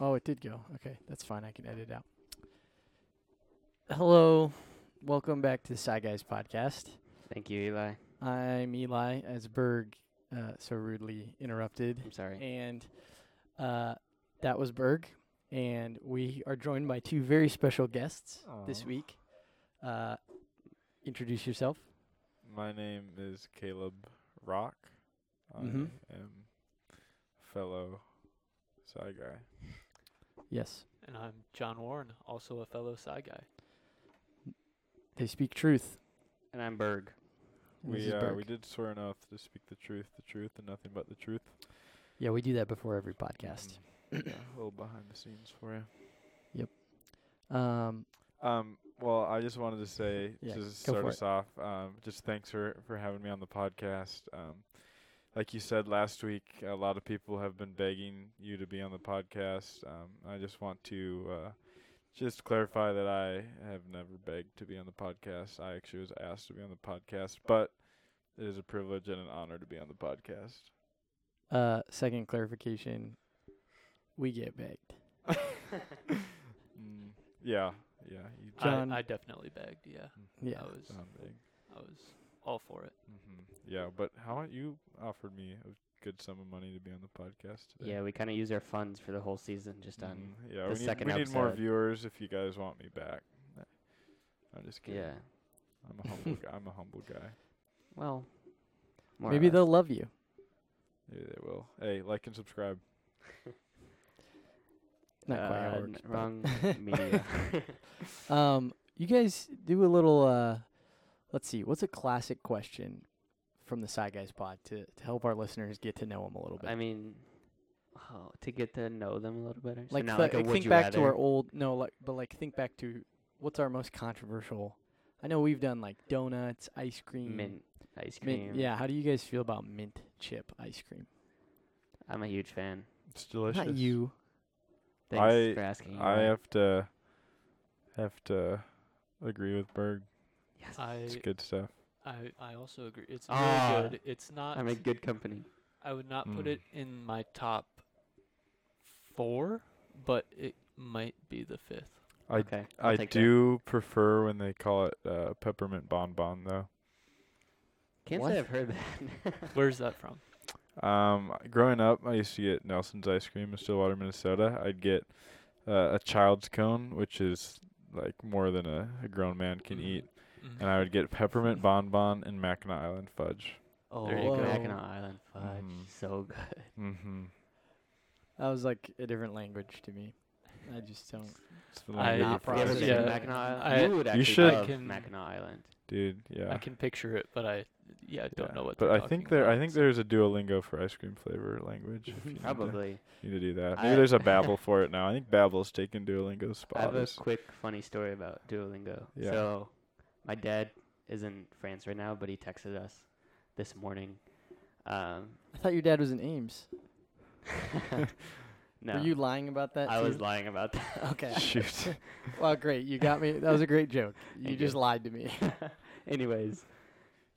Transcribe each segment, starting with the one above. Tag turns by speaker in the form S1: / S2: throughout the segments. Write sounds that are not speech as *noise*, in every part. S1: Oh, it did go. Okay, that's fine. I can edit it out. Hello, welcome back to the Sci Guys podcast.
S2: Thank you, Eli.
S1: I'm Eli, as Berg uh, so rudely interrupted,
S2: I'm sorry.
S1: and uh, that was Berg. And we are joined by two very special guests this
S3: Aw.
S1: week. Uh, introduce yourself.
S3: My name is Caleb Rock. I
S1: Mhm.
S3: am fellow Psy guy.
S1: Yes,
S4: And I'm John Warren, also a fellow Psy guy.
S1: they speak truth.
S2: And I'm Berg.
S1: and this
S3: We
S1: is
S3: uh,
S1: Berg.
S3: we did swear an oath to speak the truth, the truth, and nothing but the truth.
S1: yeah, we do that before every podcast.
S3: Mm, yeah, a little behind the scenes for you. Mm.
S1: Um,
S3: Um, well, I just wanted to say
S1: Yeah,
S3: to
S1: for
S3: start
S1: it.
S3: us off, um, just thanks for for having me on the podcast. Um, like you said last week, a lot of people have been begging you to be on the podcast. Um, I just want to uh, just clarify that I have never begged to be on the podcast. I actually was asked to be on the podcast, but it is a privilege and an honor to be on the podcast.
S1: uh, second clarification: we get begged.
S3: Mm, yeah, yeah. You
S1: John-
S4: I, I definitely begged, yeah.
S1: Yeah.
S4: I
S2: Oh,
S4: was
S3: sound big.
S4: I was all for it.
S3: hmm Yeah, but how about you offered me a good sum of money to be on the podcast today?
S2: Yeah, we kind of use our funds for the whole season just on.
S1: Mm-hmm.
S3: Mhm. yeah,
S2: the
S3: we
S2: second
S3: need, we need more
S2: episode.
S3: viewers if you guys want me back. Nah, I'm just kidding.
S2: Yeah.
S3: I'm a
S2: *laughs*
S3: humble. guy. I'm a humble guy.
S2: Well, more uh, or
S1: Maybe
S2: less.
S1: they'll love you.
S3: Maybe they will. Hey, like and subscribe.
S1: Not quite how it
S2: Uh, n-
S1: works, but- *laughs*
S2: wrong media.
S1: Um, you guys do a little. Uh, let's see. What's a classic question from the Side Guys Pod to, to help our listeners get to know them a little bit?
S2: I mean, oh, to get to know them a little better. So
S1: like,
S2: not
S1: thi-
S2: like a would
S1: think
S2: you
S1: back to our
S2: rather.
S1: old. No, like, but like think back to what's our most controversial. I know we've done like donuts, ice cream,
S2: mint ice cream.
S1: mint- yeah. How do you guys feel about mint chip ice cream?
S2: I'm a huge fan.
S3: It's delicious.
S1: Not you.
S2: Thanks
S3: I-
S2: for asking. Eli.
S3: I have to have to agree with Berg.
S2: Yes.
S1: Uh,
S4: I
S3: It's good stuff.
S4: I, I also agree. It's
S2: Ah.
S4: really good. It's not
S2: I'm in good company.
S4: I would not put
S3: Mm.
S4: it in my top four, but it might be the fifth.
S3: I
S2: okay. I'll
S3: I
S2: take that.
S3: do prefer when they call it uh, peppermint bonbon though.
S2: Can't
S1: What?
S2: say I've heard that. *laughs*
S4: Where's that from?
S3: Um, growing up, I used to get Nelson's ice cream in Stillwater, Minnesota. I'd get uh, a child's cone, which is like more than a, a grown man can
S4: Mhm.
S3: eat,
S4: Mhm.
S3: and I would get peppermint bonbon and Mackinac Island fudge.
S2: oh,
S4: There you go.
S2: Mackinac Island fudge.
S1: Mm.
S3: Mhm.
S2: So good.
S3: Mm-hmm.
S1: That was like a different language to me. I just don't.
S3: It's the language of
S4: I- Not
S2: You ever
S4: process.
S3: fries.
S2: been to
S4: Yeah.
S2: Mackinac Island?
S4: I-
S2: you would
S3: You
S2: actually
S3: should.
S2: love
S4: Can-
S2: Mackinac Island.
S3: dude. Yeah.
S4: I can picture it, but I yeah, I don't
S3: yeah.
S4: know what
S3: But
S4: they're
S3: I think
S4: talking
S3: there,
S4: about,
S3: I think
S4: so-
S3: there's a Duolingo for ice cream flavor language. *laughs* if you need to-
S2: Probably.
S3: need to do that.
S2: I-
S3: Maybe there's a Babbel for it now. I think Babbel's taking Duolingo's
S2: I
S3: spot.
S2: have a
S3: as-
S2: quick funny story about Duolingo.
S3: Yeah.
S2: So, my dad is in France right now, but he texted us this morning.
S3: *laughs*
S2: Um, *laughs*
S1: I thought your dad was in Ames.
S2: no,
S1: Were you lying about that?
S2: I
S1: too?
S2: was lying about that.
S1: *laughs* Okay.
S3: *laughs*
S2: *laughs*
S3: Shoot.
S1: Well, great. You got me. That was a great joke. You
S2: Thank
S1: just
S2: you.
S1: lied to me.
S2: *laughs*
S1: *laughs*
S2: Anyways,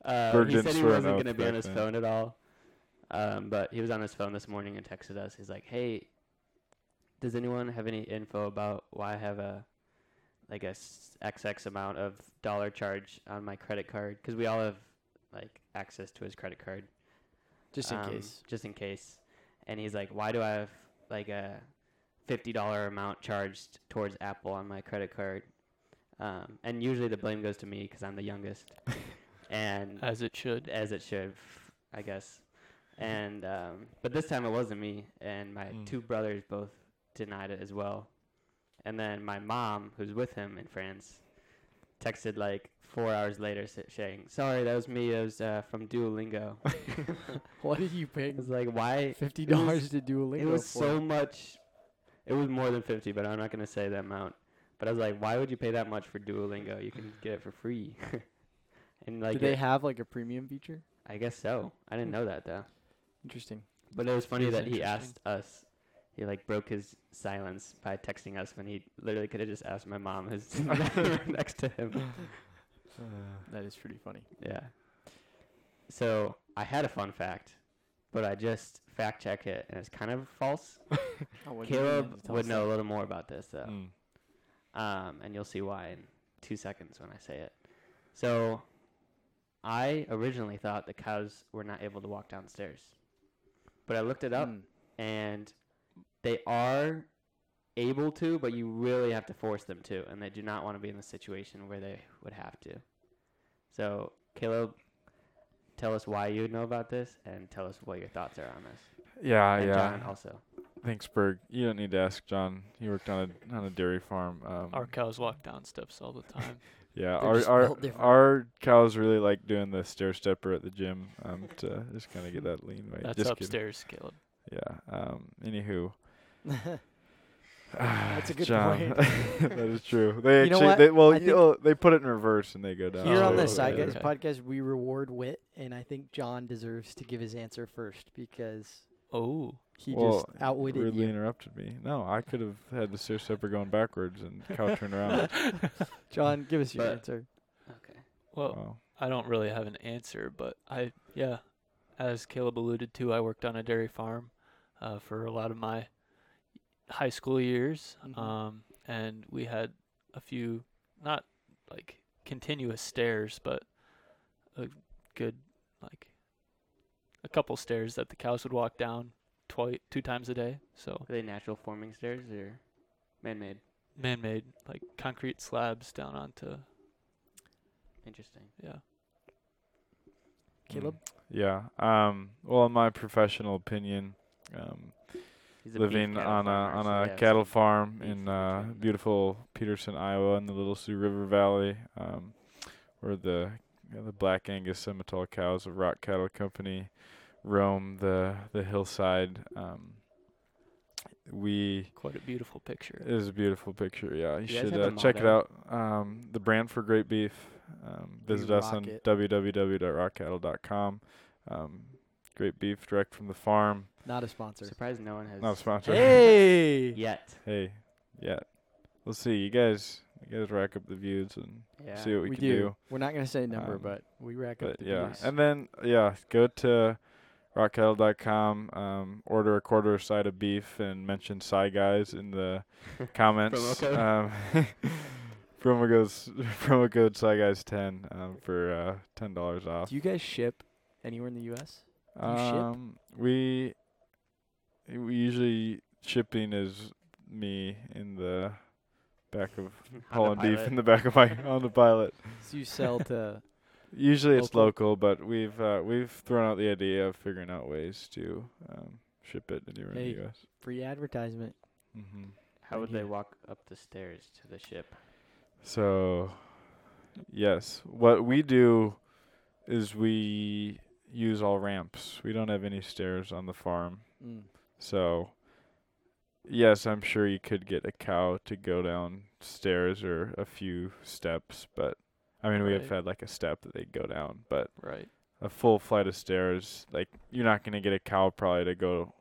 S2: uh,
S3: Berg
S2: he said
S3: didn't
S2: he
S3: swear an
S2: wasn't
S3: oath
S2: going to be on
S3: back
S2: his
S3: then.
S2: phone at all. Um, but he was on his phone this morning and texted us. He's like, "Hey, does anyone have any info about why I have a like a s- XX amount of dollar charge on my credit card? Because we all have like access to his credit card."
S1: Just in
S2: um,
S1: case.
S2: Just in case. And he's like, why do I have like a fifty dollar amount charged towards Apple on my credit card? Um, and usually the blame goes to me because I'm the youngest,
S1: *laughs*
S2: and
S4: as it should.
S2: as it should, I guess. And um, but this time it wasn't me, and my
S3: Mm.
S2: two brothers both denied it as well. And then my mom, who's with him in France, texted like four hours later sa- saying, "Sorry, that was me. It was uh, from Duolingo."
S1: What did you pay?
S2: It was like, why?
S1: Fifty
S2: It was-
S1: dollars to do a Duolingo.
S2: It was
S1: for?
S2: so much. It was more than 50, but I'm not going to say that amount. But I was like, why would you pay that much for Duolingo? You can get it for free. *laughs* and like,
S1: Do they
S2: it-
S1: have like a premium feature?
S2: I guess so. I didn't know that though.
S1: Interesting.
S2: But it was funny
S4: is
S2: that he
S4: interesting.
S2: asked us. He like broke his silence by texting us when he literally could have just asked my mom who's *laughs*
S1: *laughs*
S2: next to him.
S3: Uh,
S1: That is pretty funny.
S2: Yeah. So I had a fun fact but I just fact checked it and it's kind of false.
S1: Oh, *laughs* what do you mean?
S2: Caleb
S1: Just tell
S2: would
S1: us
S2: know a
S1: that.
S2: little more about this though.
S3: Mm.
S2: um, and you'll see why in two seconds when I say it. So, I originally thought the cows were not able to walk downstairs, but I looked it up,
S1: Mm.
S2: and they are able to, but you really have to force them to, and they do not want to be in the situation where they would have to. So, Caleb, tell us why you know about this, and tell us what your thoughts are on this.
S3: Yeah,
S2: and
S3: Uh, yeah.
S2: John also.
S3: Thanks, Berg. You don't need to ask John. He worked on a on a dairy farm. Um,
S4: Our cows walk down steps
S3: *laughs*
S4: all the time.
S1: They're
S3: yeah, our
S1: just
S3: our,
S1: built different.
S3: our cows really like doing the stair stepper at the gym. Um, to just kind of get that lean weight.
S4: That's
S3: just kidding.
S4: upstairs, Caleb.
S3: Yeah. Um. Anywho.
S1: *laughs* Hmm. That's
S3: *sighs*
S1: a good
S3: Ah, John.
S1: point.
S3: *laughs* that is true. They
S1: You know
S3: actually
S1: what?
S3: they well
S1: I
S3: you
S1: think-
S3: know, they put it in reverse and they go down.
S1: *laughs* Here on the
S4: Oh,
S1: Side
S4: okay.
S1: Guys podcast, we reward wit, and I think John deserves to give his answer first because
S4: Oh,
S1: he
S3: Well,
S1: just outwitted
S3: rudely
S1: you.
S3: interrupted me. No, I could have had the stair stepper going backwards and
S1: *laughs*
S3: cow turned around. *laughs*
S1: John, give us your
S2: But-
S1: answer.
S4: *laughs*
S1: Oh,
S4: well,
S3: Wow.
S4: I don't really have an answer, but I, yeah, as Caleb alluded to, I worked on a dairy farm uh, for a lot of my high school years.
S1: Mhm.
S4: Um, and we had a few, not like continuous stairs, but a good, like, a couple stairs that the cows would walk down twi- two times a day. So
S2: Are they natural forming stairs or man-made?
S4: man made, like concrete slabs down onto,
S2: Interesting.
S4: yeah.
S3: Hmm.
S1: Caleb?
S3: mm, Yeah. Um. Well, in my professional opinion, um,
S2: He's a beef
S3: living
S2: cattle
S3: on a
S2: farmer,
S3: on
S2: so
S3: a
S2: yeah, so-
S3: cattle farm
S2: beef
S3: in
S2: we're
S3: uh,
S2: talking about.
S3: beautiful Peterson, Iowa, in the Little Sioux River Valley, um, where the you know, the Black Angus Simmental cows of Rock Cattle Company roam the the hillside. Um, we
S4: Quite a beautiful picture.
S3: it is a beautiful picture. Yeah, you,
S2: You guys
S3: should
S2: have a
S3: uh, check it
S2: motto?
S3: out. Um, the brand for great beef. Um,
S1: We
S3: visit us
S1: rock
S3: on
S1: it.
S3: www.rockcattle.com. Um, great beef direct from the farm.
S1: Not a sponsor.
S2: Surprised no one has *laughs*
S3: Not sponsored. *laughs*
S1: Hey!
S2: yet.
S3: Hey, yeah. Let's see. You guys, you guys rack up the views and
S2: Yeah. *laughs*
S3: see *laughs* what we,
S1: we
S3: can
S1: do.
S3: do.
S1: We're not going to say a number,
S3: Um,
S1: but we rack up
S3: But
S1: the
S3: yeah,
S1: views.
S3: and then yeah, go to rockcattle.com, um, order a quarter side of beef, and mention Psy Guys in the comments.
S2: Promo code.
S3: Um, *laughs* promo goes *laughs* promo code Psy Guys ten um, for uh, ten dollars off.
S1: Do you guys ship anywhere in the U.S.? you ship?
S3: Um, we we usually shipping is me in the back of Paul and
S2: Honda
S3: beef
S2: Pilot.
S3: in the back
S2: *laughs*
S3: of my on the pilot.
S1: So you sell
S3: *laughs*
S1: to.
S3: Usually it's
S1: Local.
S3: local, but we've uh, we've thrown out the idea of figuring out ways to um, ship it anywhere in
S1: Hey.
S3: the U.S.
S1: Free advertisement.
S3: Mm-hmm.
S2: How would
S1: Right
S2: they
S1: here.
S2: walk up the stairs to the ship?
S3: So, yes, what we do is we use all ramps. We don't have any stairs on the farm,
S1: Mm.
S3: so yes, I'm sure you could get a cow to go down stairs or a few steps, but I mean we have
S4: Right.
S3: had like a step that they go down, but
S4: Right.
S3: a full flight of stairs. Like you're not gonna get a cow probably to go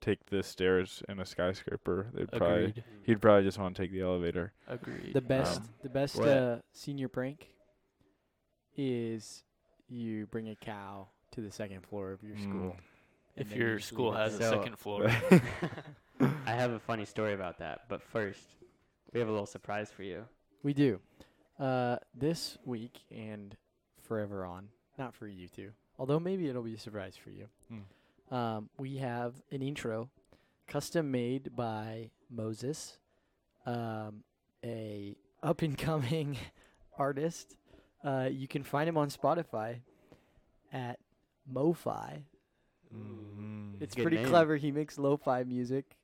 S3: take the stairs in a skyscraper. They'd probably
S4: Agreed.
S3: *laughs* he'd probably just want to take the elevator.
S4: Agreed.
S1: The best,
S3: Um,
S1: the best
S3: what-
S1: uh, senior prank is you bring a cow to the second floor of
S3: Hmm.
S1: your school. and
S4: If
S1: then you
S4: your
S1: just
S4: school
S1: leave it
S4: has a
S1: there.
S2: So-
S4: second
S2: *laughs*
S4: floor.
S2: *laughs* I have a funny story about that, but first, we have a little surprise for you.
S1: we do. Uh, this week and forever on, not for you two, although maybe it'll be a surprise for you. Um, we have an intro custom made by Moses, um, a up and coming *laughs* artist. Uh, you can find him on Spotify at MoFi.
S3: Mm.
S1: It's
S2: Good
S1: pretty
S2: name.
S1: clever. He makes lo-fi music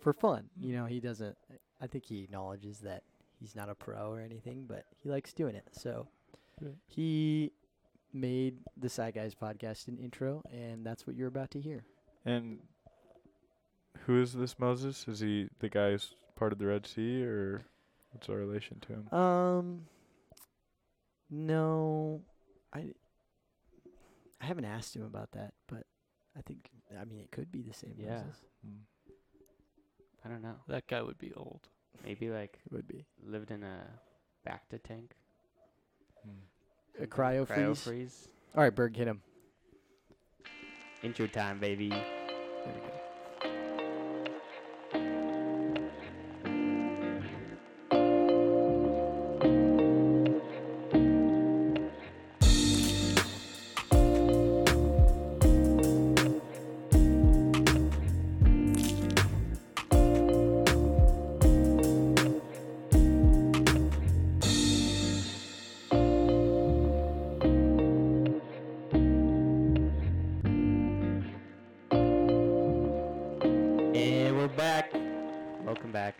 S1: for fun. You know, he doesn't. I think he acknowledges that he's not a pro or anything, but he likes doing it. So
S4: Right.
S1: he made the Side Guys podcast an intro, and that's what you're about to hear.
S3: And who is this Moses? Is he the guy who's part of the Red Sea, or what's our relation to him?
S1: Um, no, I I haven't asked him about that, but I think I mean it could be the same.
S2: Yeah.
S1: Moses. Mm-hmm.
S2: I don't know.
S4: that guy would be old.
S2: Maybe like
S1: it would be
S2: lived in a Bacta tank.
S1: a
S2: something,
S1: cryo freeze.
S2: Cryo freeze.
S1: All right, Berg, hit him.
S2: Intro time, baby.
S1: There we go.
S2: And we're back. Welcome back.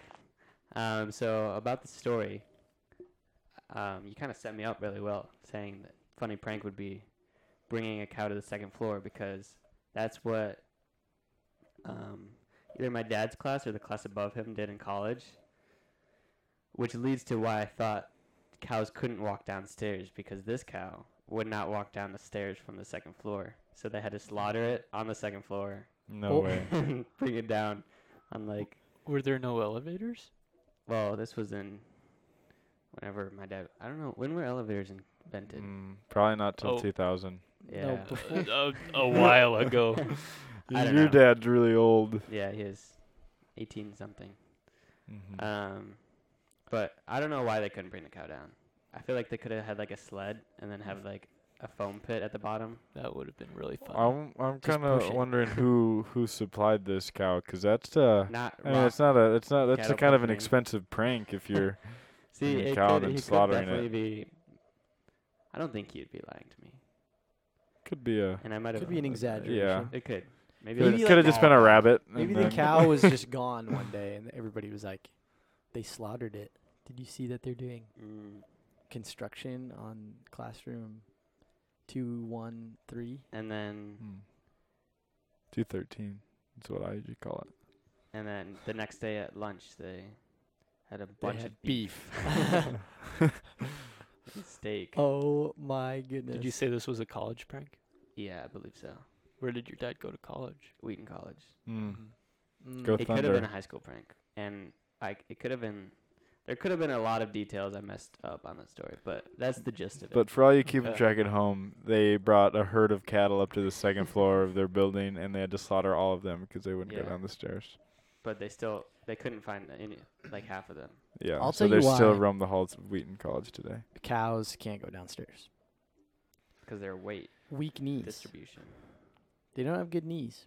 S2: Um, so about the story, um, you kind of set me up really well, saying that funny prank would be bringing a cow to the second floor because that's what um, either my dad's class or the class above him did in college, which leads to why I thought cows couldn't walk downstairs because this cow would not walk down the stairs from the second floor, so they had to slaughter it on the second floor
S3: No
S1: Oh.
S2: *laughs*
S3: way.
S2: bring it down. I'm like,
S4: Were there no elevators?
S2: well, this was in whenever my dad. I don't know when were elevators invented.
S3: Mm, probably not till
S4: Oh.
S3: 2000.
S2: Yeah,
S1: Nope.
S4: a, a,
S2: *laughs*
S4: a *laughs* while ago.
S2: I don't
S3: Your
S2: know.
S3: dad's really old.
S2: yeah, he is 18 something.
S3: Mhm.
S1: Mm-hmm.
S2: Um, but I don't know why they couldn't bring the cow down. I feel like they could have had like a sled and then have like a foam pit at the bottom.
S4: That would have been really fun.
S3: I'm I'm
S4: Just
S3: kind of
S4: push it.
S3: wondering who who supplied this cow because that's uh
S2: Not
S3: I mean
S2: rock-
S3: it's not a it's not that's a
S2: cattle
S3: kind of an
S2: pushing.
S3: expensive prank if
S1: *laughs*
S3: you're
S2: see
S3: a
S2: it
S3: cow
S2: could,
S3: and
S2: he could
S3: slaughtering it.
S2: definitely be. I don't think he'd be lying to me,
S3: could be a
S2: and I might have.
S1: Could be an exaggeration.
S3: yeah
S2: It could.
S1: Maybe
S2: Maybe, it was
S1: like
S3: could have just been a
S2: small.
S3: rabbit. and
S1: Maybe the
S2: *laughs*
S3: then- *laughs*
S1: cow was just gone one day, and everybody was like, "They slaughtered it." Did you see that they're doing
S2: Mm.
S1: construction on classroom two one three?
S2: and then
S3: Mm. 213. That's what I usually call it.
S2: and then the next day at lunch they had a
S1: They
S2: bunch
S1: had
S2: of
S1: beef.
S2: beef *laughs* steak.
S1: oh my goodness!
S4: Did you say this was a college prank?
S2: Yeah, I believe so.
S4: Where did your dad go to college?
S2: Wheaton College.
S1: Hmm.
S3: Mm.
S1: Mm.
S3: Go
S2: it could have been
S3: Thunder.
S2: a high school prank, and I it could have been. There could have been a lot of details I messed up on the story, but that's the gist of it.
S3: But for all you keeping
S4: Okay.
S3: track at home, they brought a herd of cattle up to the second floor of their building, and they had to slaughter all of them because they wouldn't
S2: Yeah.
S3: go down the stairs.
S2: but they still they couldn't find any like half of them.
S3: Yeah,
S1: I'll
S3: so
S1: tell you
S3: they still
S1: why.
S3: roam the halls of Wheaton College today.
S1: Cows can't go downstairs.
S2: 'Cause their weight
S1: Weak knees.
S2: distribution.
S1: They don't have good knees.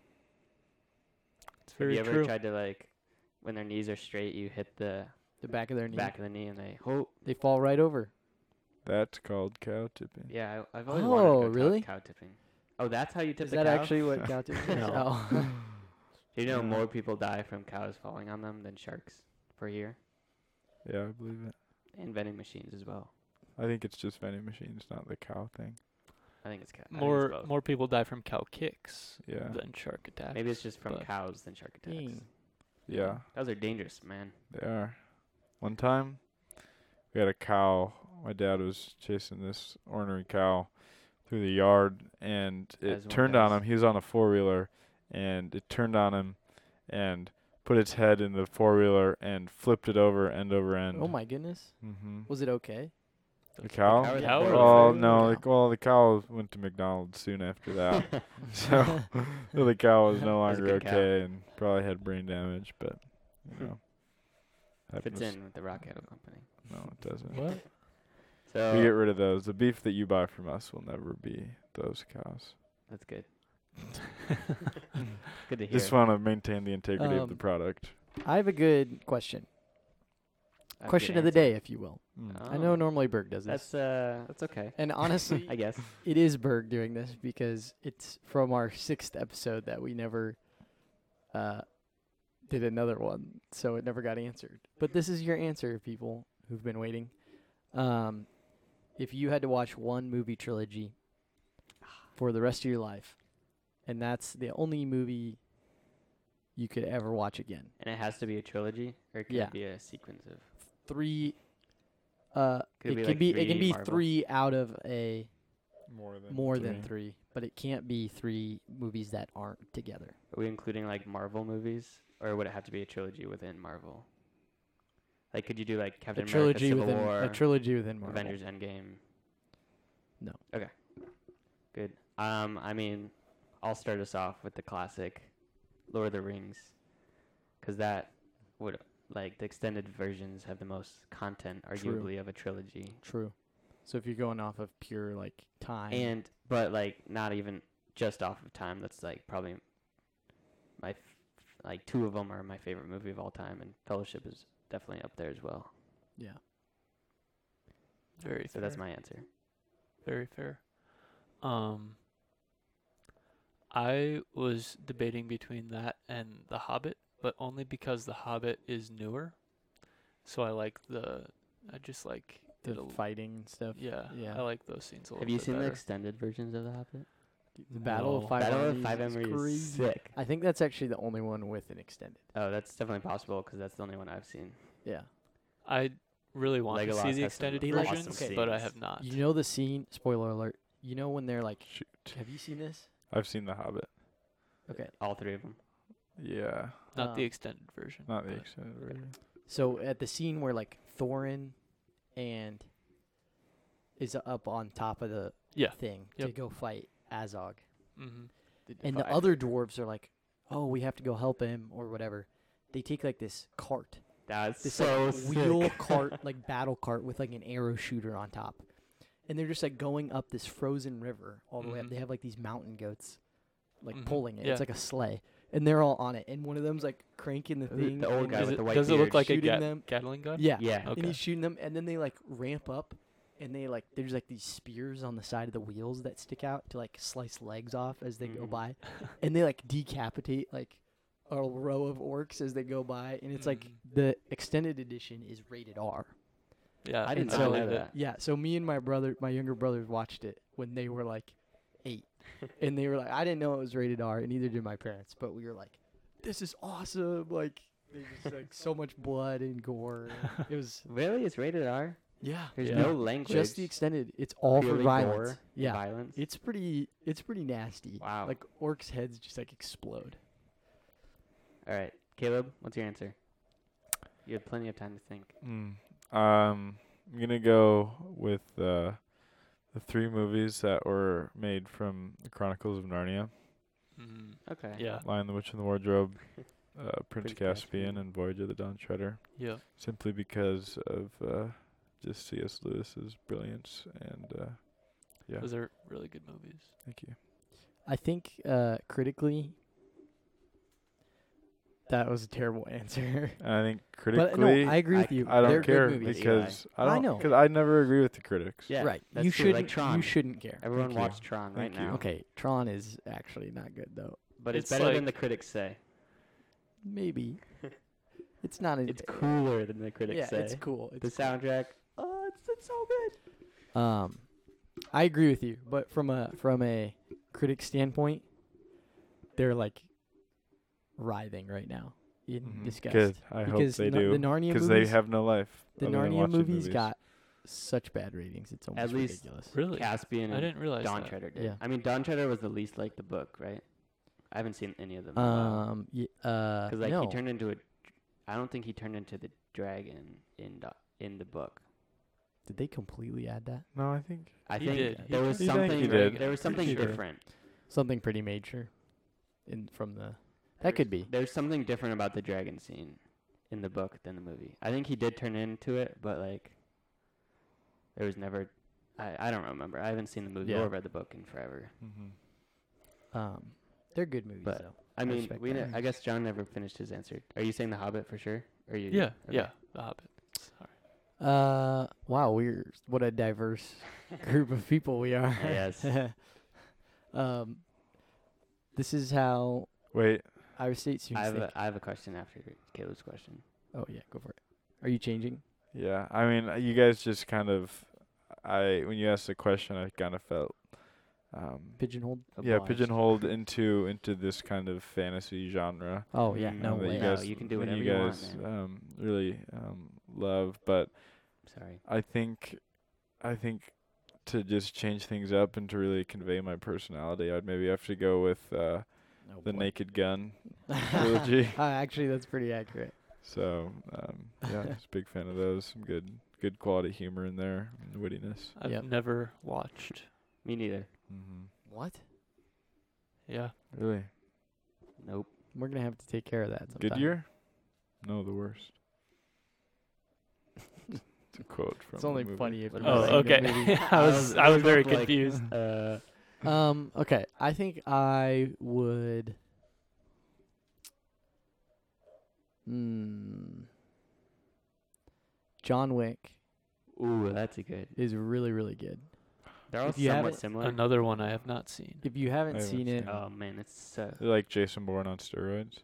S4: It's
S2: Have
S4: very
S2: you ever
S4: true.
S2: tried to like when their knees are straight, you hit the
S1: The back of their knee.
S2: back of the knee and they oh
S1: They fall right over.
S3: That's called cow tipping.
S2: yeah I, I've always wanted
S1: Oh,
S2: to go to
S1: really?
S2: cow tipping. Oh, that's how you tip
S1: Is
S2: the
S1: that
S2: cow?
S1: actually
S2: *laughs*
S1: Mm-hmm. what cow tipping is?
S2: No.
S1: *laughs* Oh.
S2: Do you know
S3: Yeah.
S2: more people die from cows falling on them than sharks per year?
S3: Yeah, I believe it.
S2: And vending machines as well.
S3: I think it's just vending machines, not the cow thing.
S2: I think it's cows.
S4: more more people die from cow kicks
S3: Yeah,
S4: than shark attacks.
S2: Maybe it's just from
S4: but-
S2: cows than shark attacks.
S1: Dang.
S3: yeah,
S2: Cows are dangerous,
S3: *laughs*
S2: man.
S3: they are. One time, we had a cow. My dad was chasing this ornery cow through the yard, and
S2: As
S3: it
S2: one
S3: turned on
S2: does.
S3: him. He was on a four wheeler, and it turned on him, and put its head in the four wheeler and flipped it over end over end.
S1: oh my goodness.
S3: Mm-hmm.
S1: Was it okay?
S3: The cow?
S2: cow or the
S4: Cow
S2: horse?
S3: Oh
S1: Oh,
S3: no!
S1: yeah.
S3: Like, well, the cow went to McDonald's soon after
S2: *laughs*
S3: that, *laughs* so the cow was no
S2: That's a
S3: longer
S2: good cow.
S3: okay and probably had brain damage. But
S2: Hmm.
S3: you know,
S2: Fits
S3: happens.
S2: in with the rock cattle
S3: *laughs*
S2: company.
S3: No, it doesn't.
S1: What?
S3: We get
S2: So
S3: rid of those. The beef that you buy from us will never be those cows.
S2: that's good. *laughs* good to hear.
S3: Just want to maintain the integrity of the
S1: Um,
S3: product.
S1: I have a good question.
S2: A good
S1: question of the
S2: answer.
S1: day, if you will.
S3: Mm.
S1: I know
S2: Oh,
S1: normally Berg does this.
S2: That's uh, that's okay.
S1: and
S2: *laughs*
S1: honestly,
S2: I guess.
S1: it is Berg doing this because it's from our sixth episode that we never uh, did another one, so it never got answered. But this is your answer, people who've been waiting. Um, if you had to watch one movie trilogy for the rest of your life, and that's the only movie you could ever watch again,
S2: And it has to be a trilogy, or it could
S1: Yeah.
S2: be a sequence of.
S1: three. Uh,
S2: Could
S1: it
S2: be
S1: can
S2: like
S1: be it can
S2: three
S1: be
S2: Marvel.
S1: three out of a
S3: More than
S1: more than three, but it can't be three movies that aren't together.
S2: Are we including like Marvel movies, or would it have to be a trilogy within Marvel? Like, could you do like Captain
S1: a trilogy
S2: America: Civil
S1: within
S2: War,
S1: a trilogy within Marvel.
S2: Avengers: Endgame?
S1: No.
S2: Okay. Good. Um, I mean, I'll start us off with the classic Lord of the Rings because that would like the extended versions have the most content
S1: True.
S2: arguably of a trilogy
S1: True. So if you're going off of pure like time,
S2: and but like not even just off of time that's like probably my f- like two of them are my favorite movie of all time and fellowship is definitely up there as well
S1: yeah,
S4: Very
S2: so
S4: fair.
S2: that's my answer
S4: Very fair. Um, I was debating between that and The Hobbit, but only because The Hobbit is newer. So I like the, I just like
S1: the
S4: it a l-
S1: fighting and stuff.
S4: Yeah,
S1: yeah.
S4: I like those scenes a little.
S2: have you
S4: bit
S2: seen the
S4: better.
S2: extended versions of the hobbit
S1: The Battle
S4: No.
S1: of Five
S2: battle
S1: Armies
S2: of five
S1: is
S2: Emery is
S1: crazy.
S2: sick
S1: I think that's actually the only one with an extended.
S2: oh that's definitely possible because that's the only one i've seen
S1: Yeah.
S4: I really want
S2: Legolas
S4: to see
S2: has
S4: the
S2: some
S4: extended
S1: awesome
S4: versions, but I
S2: scenes.
S4: have not.
S1: You know the scene. Spoiler alert. You know when they're like,
S3: Shoot.
S1: "Have you seen this?"
S3: I've seen The Hobbit.
S1: Okay.
S2: all three of them
S3: Yeah,
S4: not the
S1: um,
S4: extended version.
S3: not the
S4: but-
S3: extended version.
S1: So at the scene where like Thorin and is up on top of the
S4: Yeah.
S1: thing to
S4: Yep.
S1: go fight Azog,
S4: Mhm.
S1: and the other dwarves are like, "Oh, we have to go help him or whatever." They take like this cart,
S2: that's
S1: this
S2: so
S1: like,
S2: sick. *laughs*
S1: wheel cart, like battle cart with like an arrow shooter on top, and they're just like going up this frozen river all the way up.
S2: Mm-hmm.
S4: Mhm.
S1: They have like these mountain goats, like
S4: Mhm.
S1: pulling it.
S4: Yeah.
S1: It's like a sleigh, and they're all on it. And one of them's like cranking the
S2: The-
S1: thing.
S2: the old
S1: and
S2: guy
S1: he's-
S4: Does
S2: with
S4: it,
S2: the white
S4: does it look
S2: beard.
S4: like a
S1: Shooting
S4: Gat-
S1: them.
S4: Gatling gun?
S1: yeah,
S2: yeah
S4: Okay.
S1: and he's shooting them, and then they like ramp up, and they like there's like these spears on the side of the wheels that stick out to like slice legs off as they go
S2: Mhm.
S1: by, and they like decapitate like a row of orcs as they go by, and it's like
S4: Mhm.
S1: the extended edition is rated R.
S4: Yeah,
S2: i didn't
S1: And so-
S2: know
S4: believe it.
S2: that
S1: Yeah, so me and my brother, my younger brothers, watched it when they were like eight, and they were like, I didn't know it was rated R, and neither did my parents, but we were like, this is awesome, like. There's just like so much blood and gore. and It was
S2: really it's rated r
S1: yeah.
S2: there's
S4: Yeah.
S2: no language
S1: Just the extended. It's all for
S2: Really
S1: violence.
S2: gore?
S1: Yeah,
S2: violence
S1: it's pretty. It's pretty nasty.
S2: wow
S1: Like orcs' heads just like explode.
S2: all right caleb what's your answer you had plenty of time to think
S3: Mm. Um, I'm gonna go with uh, the three movies that were made from the Chronicles of Narnia:
S4: Mhm.
S2: okay
S4: Yeah,
S3: Lion, the Witch, and the Wardrobe,
S1: *laughs*
S3: uh,
S2: Prince
S3: Prince, Caspian,
S2: Caspian.
S3: and Voyage of the Dawn Treader.
S4: yeah.
S3: Simply because of uh, just C.S. Lewis's brilliance, and uh, Yeah.
S4: Those are really good movies.
S3: thank you.
S1: I think uh, critically, that was a terrible *laughs* answer.
S3: And I think
S1: but uh,
S3: critically,
S1: no, I agree
S2: I-
S1: with you.
S3: I don't
S1: They're
S3: care
S1: good movies.
S2: Eli.
S3: because I
S1: I
S3: don't
S1: know.
S3: because I never agree with the critics.
S2: Yeah,
S1: right.
S2: that's
S1: you
S2: true,
S1: shouldn't.
S2: like Tron.
S1: You shouldn't care.
S2: Everyone
S3: Thank you.
S2: watched Tron right
S3: Thank you.
S2: now.
S1: Okay, Tron is actually not good though.
S2: But it's,
S4: It's
S2: better than the
S4: like-
S2: critics say. *laughs*
S1: Maybe it's not. A,
S2: It's cooler than the critics
S1: Yeah,
S2: say.
S1: it's cool. It's
S2: The soundtrack, oh, it's, it's so good.
S1: Um, I agree with you, but from a from a critic standpoint, they're like writhing right now in
S3: Mhm.
S1: disgust
S3: Good. I hope
S1: because
S3: they
S1: Na-
S3: do.
S1: the Narnia
S3: because
S1: movies,
S3: they have no life.
S1: the
S3: other than
S1: Narnia
S3: watching
S1: movies, got such bad ratings. It's almost
S2: least-
S1: ridiculous.
S4: Really?
S2: Caspian
S4: I
S2: and
S4: didn't realize
S2: Dawn
S4: that.
S2: Treader did.
S1: Yeah.
S2: I mean, Dawn Treader was the least like the book, right? I haven't seen any of them.
S1: Um, y- uh,
S2: Because like
S1: no,
S2: he turned into a, I don't think he turned into the dragon in Do- in the book.
S1: did they completely add that?
S3: No, I think
S2: I
S4: He
S2: think
S4: did. He
S2: there was
S3: did. You think
S2: something.
S3: he
S2: very-
S3: did.
S2: There was something
S3: Pretty sure.
S2: different.
S1: Something pretty major, in from the
S2: There's-
S1: that could be.
S2: There's something different about the dragon scene in the book than the movie. I think he did turn into it, but like there was never I, I don't remember. I haven't seen the movie
S1: Yeah.
S2: or read the book in forever.
S3: hmm
S1: Um, they're good movies
S2: But-
S1: though.
S2: I mean,
S1: respect
S2: we
S1: that.
S2: ne- I guess John never finished his answer. Are you saying The Hobbit for sure? Or you?
S4: Yeah,
S2: okay.
S4: yeah. The Hobbit. Sorry.
S1: Uh, wow, we're what a
S3: *laughs*
S1: diverse group of people we are.
S2: Yes.
S1: *laughs* um, this is how
S3: Wait,
S1: Iowa State
S2: I
S1: students
S2: have
S1: think.
S2: a, I have a question after Caleb's question.
S1: oh yeah, go for it. Are you changing?
S3: yeah. I mean, uh, you guys just kind of, I when you asked the question, I kind of felt, um,
S1: Pigeonholed?
S3: yeah,
S2: obliged.
S3: pigeonholed into into this kind of fantasy genre.
S1: Oh yeah,
S2: Mm,
S1: no
S3: um, that
S1: way.
S3: You
S2: No,
S3: guys,
S2: you can do
S3: that
S2: whatever
S3: you
S2: you want,
S3: guys
S2: man.
S3: um, really um, love, but
S2: Sorry.
S3: I think, I think, to just change things up and to really convey my personality, I'd maybe have to go with uh,
S1: Oh, No
S3: the
S1: way. *laughs*
S3: Naked Gun trilogy.
S1: Uh, actually, that's pretty accurate.
S3: So um,
S1: *laughs*
S3: yeah, just a big fan of those. Some good good quality humor in there, and wittiness.
S4: I've
S1: Yep.
S4: never watched
S2: Me neither.
S3: Mm-hmm.
S1: What?
S4: Yeah.
S3: Really?
S2: Nope.
S1: We're gonna have to take care of that. Sometime.
S3: Good year? No, the worst. it's a quote
S1: *laughs*
S3: from.
S1: It's
S3: the
S1: only
S3: movie.
S1: funny if.
S2: What
S1: you
S2: about
S4: Oh,
S1: like it.
S2: Sing it,
S3: *laughs*
S4: okay.
S2: maybe.
S4: *laughs* I was I was very confused.
S2: Uh,
S1: *laughs* Um. Okay. I think I would. Hmm. John Wick
S2: ooh, that's a good.
S1: is really really good.
S2: They're all
S1: If you have
S2: somewhat
S1: it-
S2: similar.
S4: Another one I have not seen.
S1: If you haven't
S3: I haven't
S1: seen it,
S3: seen
S2: Oh man, it's uh,
S3: They're like Jason Bourne on steroids.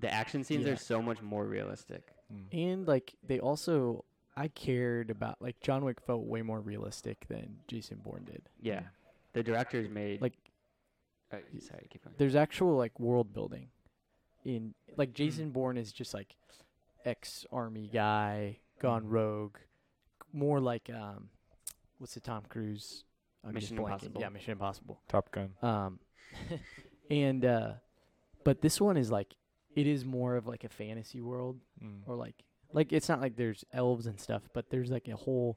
S2: the action scenes
S1: Yeah.
S2: are so much more realistic.
S3: Mm.
S1: and like they also, I cared about like John Wick felt way more realistic than Jason Bourne did.
S2: Yeah, the directors made
S1: Like-
S2: Oh, sorry, keep going.
S1: There's actual like world building, in
S2: Mm.
S1: like Jason Bourne is just like ex army guy gone
S2: Mm-hmm.
S1: rogue, more like um, what's the Tom Cruise? I'm just
S2: Mission
S1: blanking.
S2: Impossible.
S1: Yeah, Mission Impossible.
S3: Top Gun.
S1: Um, *laughs* and uh, but this one is like it is more of like a fantasy world
S3: Mm.
S1: or like like it's not like there's elves and stuff, but there's like a whole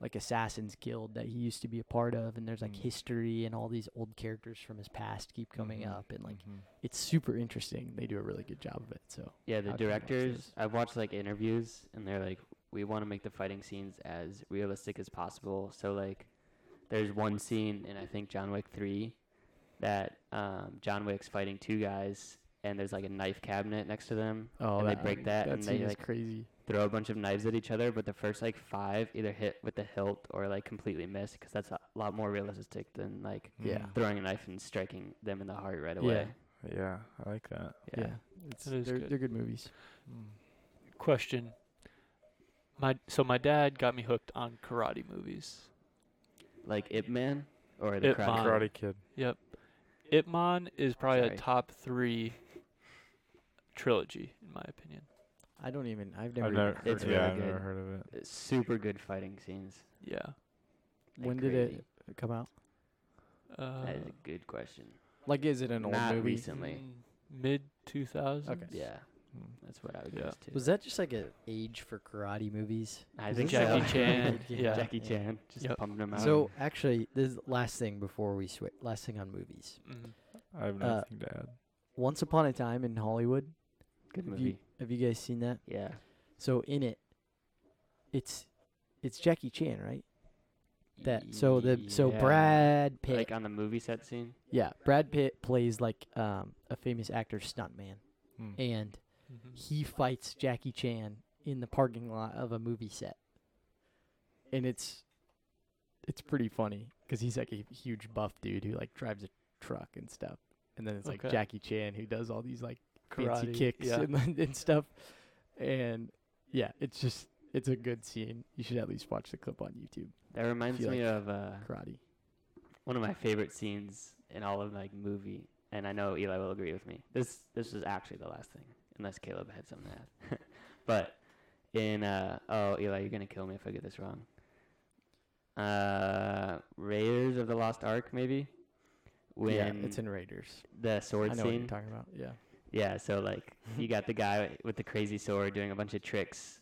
S1: like assassins guild that he used to be a part of, and there's like
S3: Mm.
S1: history and all these old characters from his past keep coming
S2: Mm-hmm.
S3: Mhm,
S1: up, and like
S3: mhm.
S1: it's super interesting. They do a really good job of it. So
S2: Yeah, the
S1: How can you watch
S2: directors.
S1: this?
S2: I've watched like interviews, and they're like, "We want to make the fighting scenes as realistic as possible." So like, there's one scene in I think John Wick three, that um, John Wick's fighting two guys, and there's like a knife cabinet next to them.
S1: oh,
S2: And they break that and they,
S1: scene is
S2: like,
S1: crazy.
S2: Throw a bunch of knives at each other, but the first like five either hit with the hilt or like completely miss, because that's a lot more realistic than like
S1: Yeah.
S3: Mm.
S2: throwing a knife and striking them in the heart right away.
S3: Yeah, I like that.
S1: Yeah,
S2: yeah.
S1: It's,
S4: It is
S1: they're
S4: good.
S1: they're good movies.
S3: Mm.
S4: Question. My so my dad got me hooked on karate movies.
S2: Like Ip Man or the
S4: Ip
S2: Karate.
S4: Man.
S2: Kid.
S3: Karate Kid.
S4: Yep. Ip Man is probably
S2: Sorry.
S4: a top three trilogy in my opinion.
S1: I don't even. I've never. even heard
S3: I've never.
S2: It's
S1: of
S3: yeah,
S1: it.
S2: really
S3: I've never
S2: good.
S3: heard of it.
S2: It's Uh, super good fighting scenes.
S4: Yeah.
S2: like
S1: When did
S2: crazy.
S1: it come out?
S4: Uh,
S2: That is a good question.
S1: Like, is it an old
S2: Not
S1: movie?
S2: recently.
S4: mm, Mid two thousands.
S2: Yeah,
S3: Mm.
S2: that's what I would
S4: Yeah.
S2: guess too.
S1: Was that just like an age for karate movies?
S2: I
S1: Is
S2: think
S1: this
S2: *laughs* so.
S4: Jackie Chan.
S1: Yeah.
S4: yeah.
S2: Jackie
S1: Yeah.
S2: Chan just
S4: Yep.
S2: pumping him out.
S5: So actually, this is the last thing before we switch. Last thing on movies.
S4: Mhm.
S3: I have
S1: Uh,
S3: nothing to add.
S1: Once Upon a Time in Hollywood.
S2: good
S1: have
S2: movie.
S1: you- Have you guys seen that?
S2: yeah,
S1: So in it, it's it's Jackie Chan, right? That so the so
S2: Yeah.
S1: Brad Pitt,
S2: like on the movie set scene.
S1: yeah, Brad Pitt plays like um, a famous actor stuntman,
S3: Mm.
S1: and
S4: Mhm.
S1: he fights Jackie Chan in the parking lot of a movie set, and it's it's pretty funny because he's like a huge buff dude who like drives a truck and stuff, and then it's like
S4: Okay.
S1: Jackie Chan who does all these like fancy
S4: Karate,
S1: kicks
S4: Yeah.
S1: and, *laughs* and stuff, and yeah, it's just it's a good scene. You should at least watch the clip on YouTube.
S2: That reminds
S1: feel
S2: me
S1: like-
S2: of uh,
S1: Karate.
S2: one of my favorite scenes in all of like movie, and I know Eli will agree with me. This this was actually the last thing, unless Caleb had something to add. *laughs* but in uh oh Eli, you're gonna kill me if I get this wrong. Uh, Raiders of the Lost Ark, maybe. When
S1: yeah, it's in Raiders.
S2: the
S1: I
S2: sword
S1: know what you're
S2: scene.
S1: talking about. Yeah,
S2: Yeah, so like you got the guy with the crazy sword doing a bunch of tricks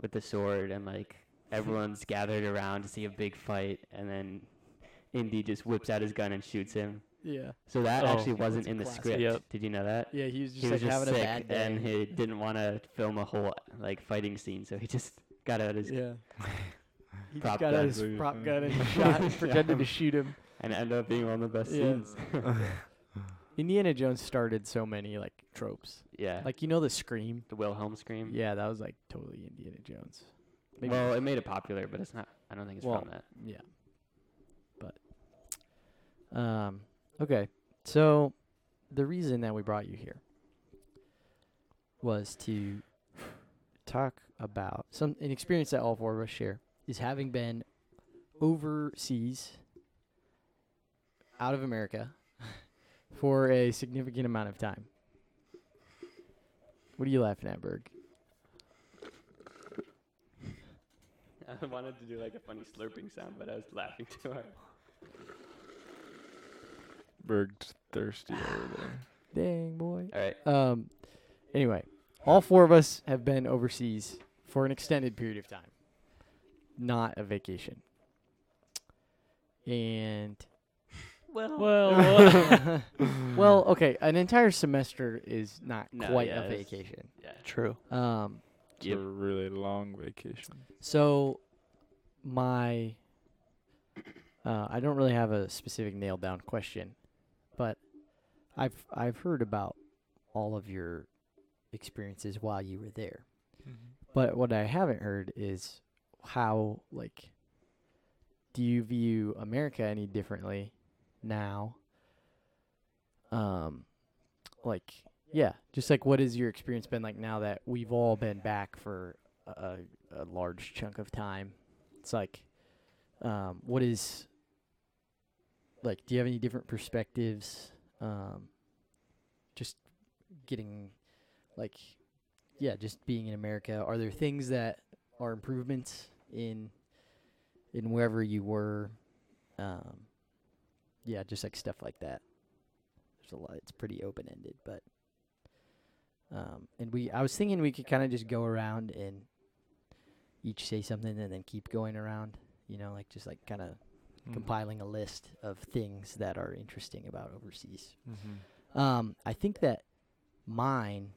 S2: with the sword, and like
S1: *laughs*
S2: everyone's gathered around to see a big fight, and then Indy just whips out his gun and shoots him.
S1: yeah,
S2: So that
S4: Oh.
S1: Yeah,
S2: actually
S1: that's
S2: wasn't
S1: a
S2: in the
S1: classic.
S2: script.
S4: Yep.
S2: Did you know that?
S1: yeah. He was just
S2: he
S1: like
S2: was just
S1: having
S2: sick,
S1: a bad day.
S2: and
S1: *laughs*
S2: he didn't want to film a whole like fighting scene, so he just *laughs* got out his *laughs*
S1: yeah. He just
S2: prop
S1: got out
S2: gun.
S1: his
S3: Maybe
S1: prop
S3: fine.
S1: gun *laughs* and shot and
S2: Yeah.
S1: pretended to shoot him.
S2: and it ended up being one of the best
S1: Yeah.
S2: scenes.
S1: *laughs*
S2: *laughs*
S1: Indiana Jones started so many like tropes.
S2: yeah, like
S1: Like you know the scream?
S2: the Wilhelm scream.
S1: Yeah, that was like totally Indiana Jones. Maybe
S2: Well, it made it popular, but it's not. I don't think it's
S1: Well,
S2: from that.
S1: Yeah. But um okay. So the reason that we brought you here was to talk about some an experience that all four of us share is having been overseas out of America *laughs* for a significant amount of time. What are you laughing at, Berg?
S2: *laughs* I wanted to do like a funny slurping sound, but I was laughing too hard.
S3: Berg's thirsty over there.
S1: Dang boy.
S2: All right.
S1: Um, anyway, all four of us have been overseas for an extended period of time, not a vacation. And *laughs*
S2: Well,
S4: Well,
S1: well, okay, an entire semester is not
S2: No,
S1: quite
S2: yeah,
S1: a
S2: it's-
S1: vacation.
S2: yeah.
S4: true.
S1: Um,
S3: It's a really long vacation.
S1: So, my, uh, I don't really have a specific nailed down question, but I've I've heard about all of your experiences while you were there.
S4: Mm-hmm.
S1: But what I haven't heard is how like, do you view America any differently now? Um, like yeah, just like what has your experience been like now that we've all been back for a, a large chunk of time. It's like, um, what is like? Do you have any different perspectives? Um, just getting, like, yeah, just being in America. Are there things that are improvements in in wherever you were? Um, yeah, just like stuff like that. There's a lot. It's pretty open ended, but. Um, and we, I was thinking we could kind of just go around and each say something and then keep going around, you know, like just like kind of
S3: Mm. Mm-hmm.
S1: compiling a list of things that are interesting about overseas.
S3: Mm-hmm.
S1: Um, I think that mine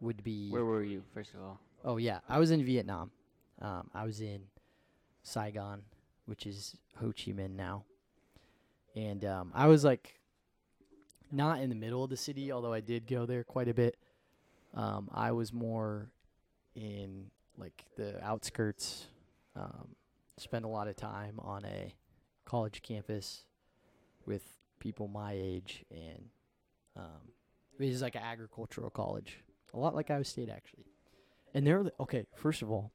S1: would be.
S2: Where were you, first of all?
S1: Oh yeah, I was in Vietnam. Um, I was in Saigon, which is Ho Chi Minh now, and um, I was like not in the middle of the city, although I did go there quite a bit. Um, I was more in like the outskirts. Um, spent a lot of time on a college campus with people my age, and um, it was like an agricultural college, a lot like Iowa State actually. And there, okay. First of all,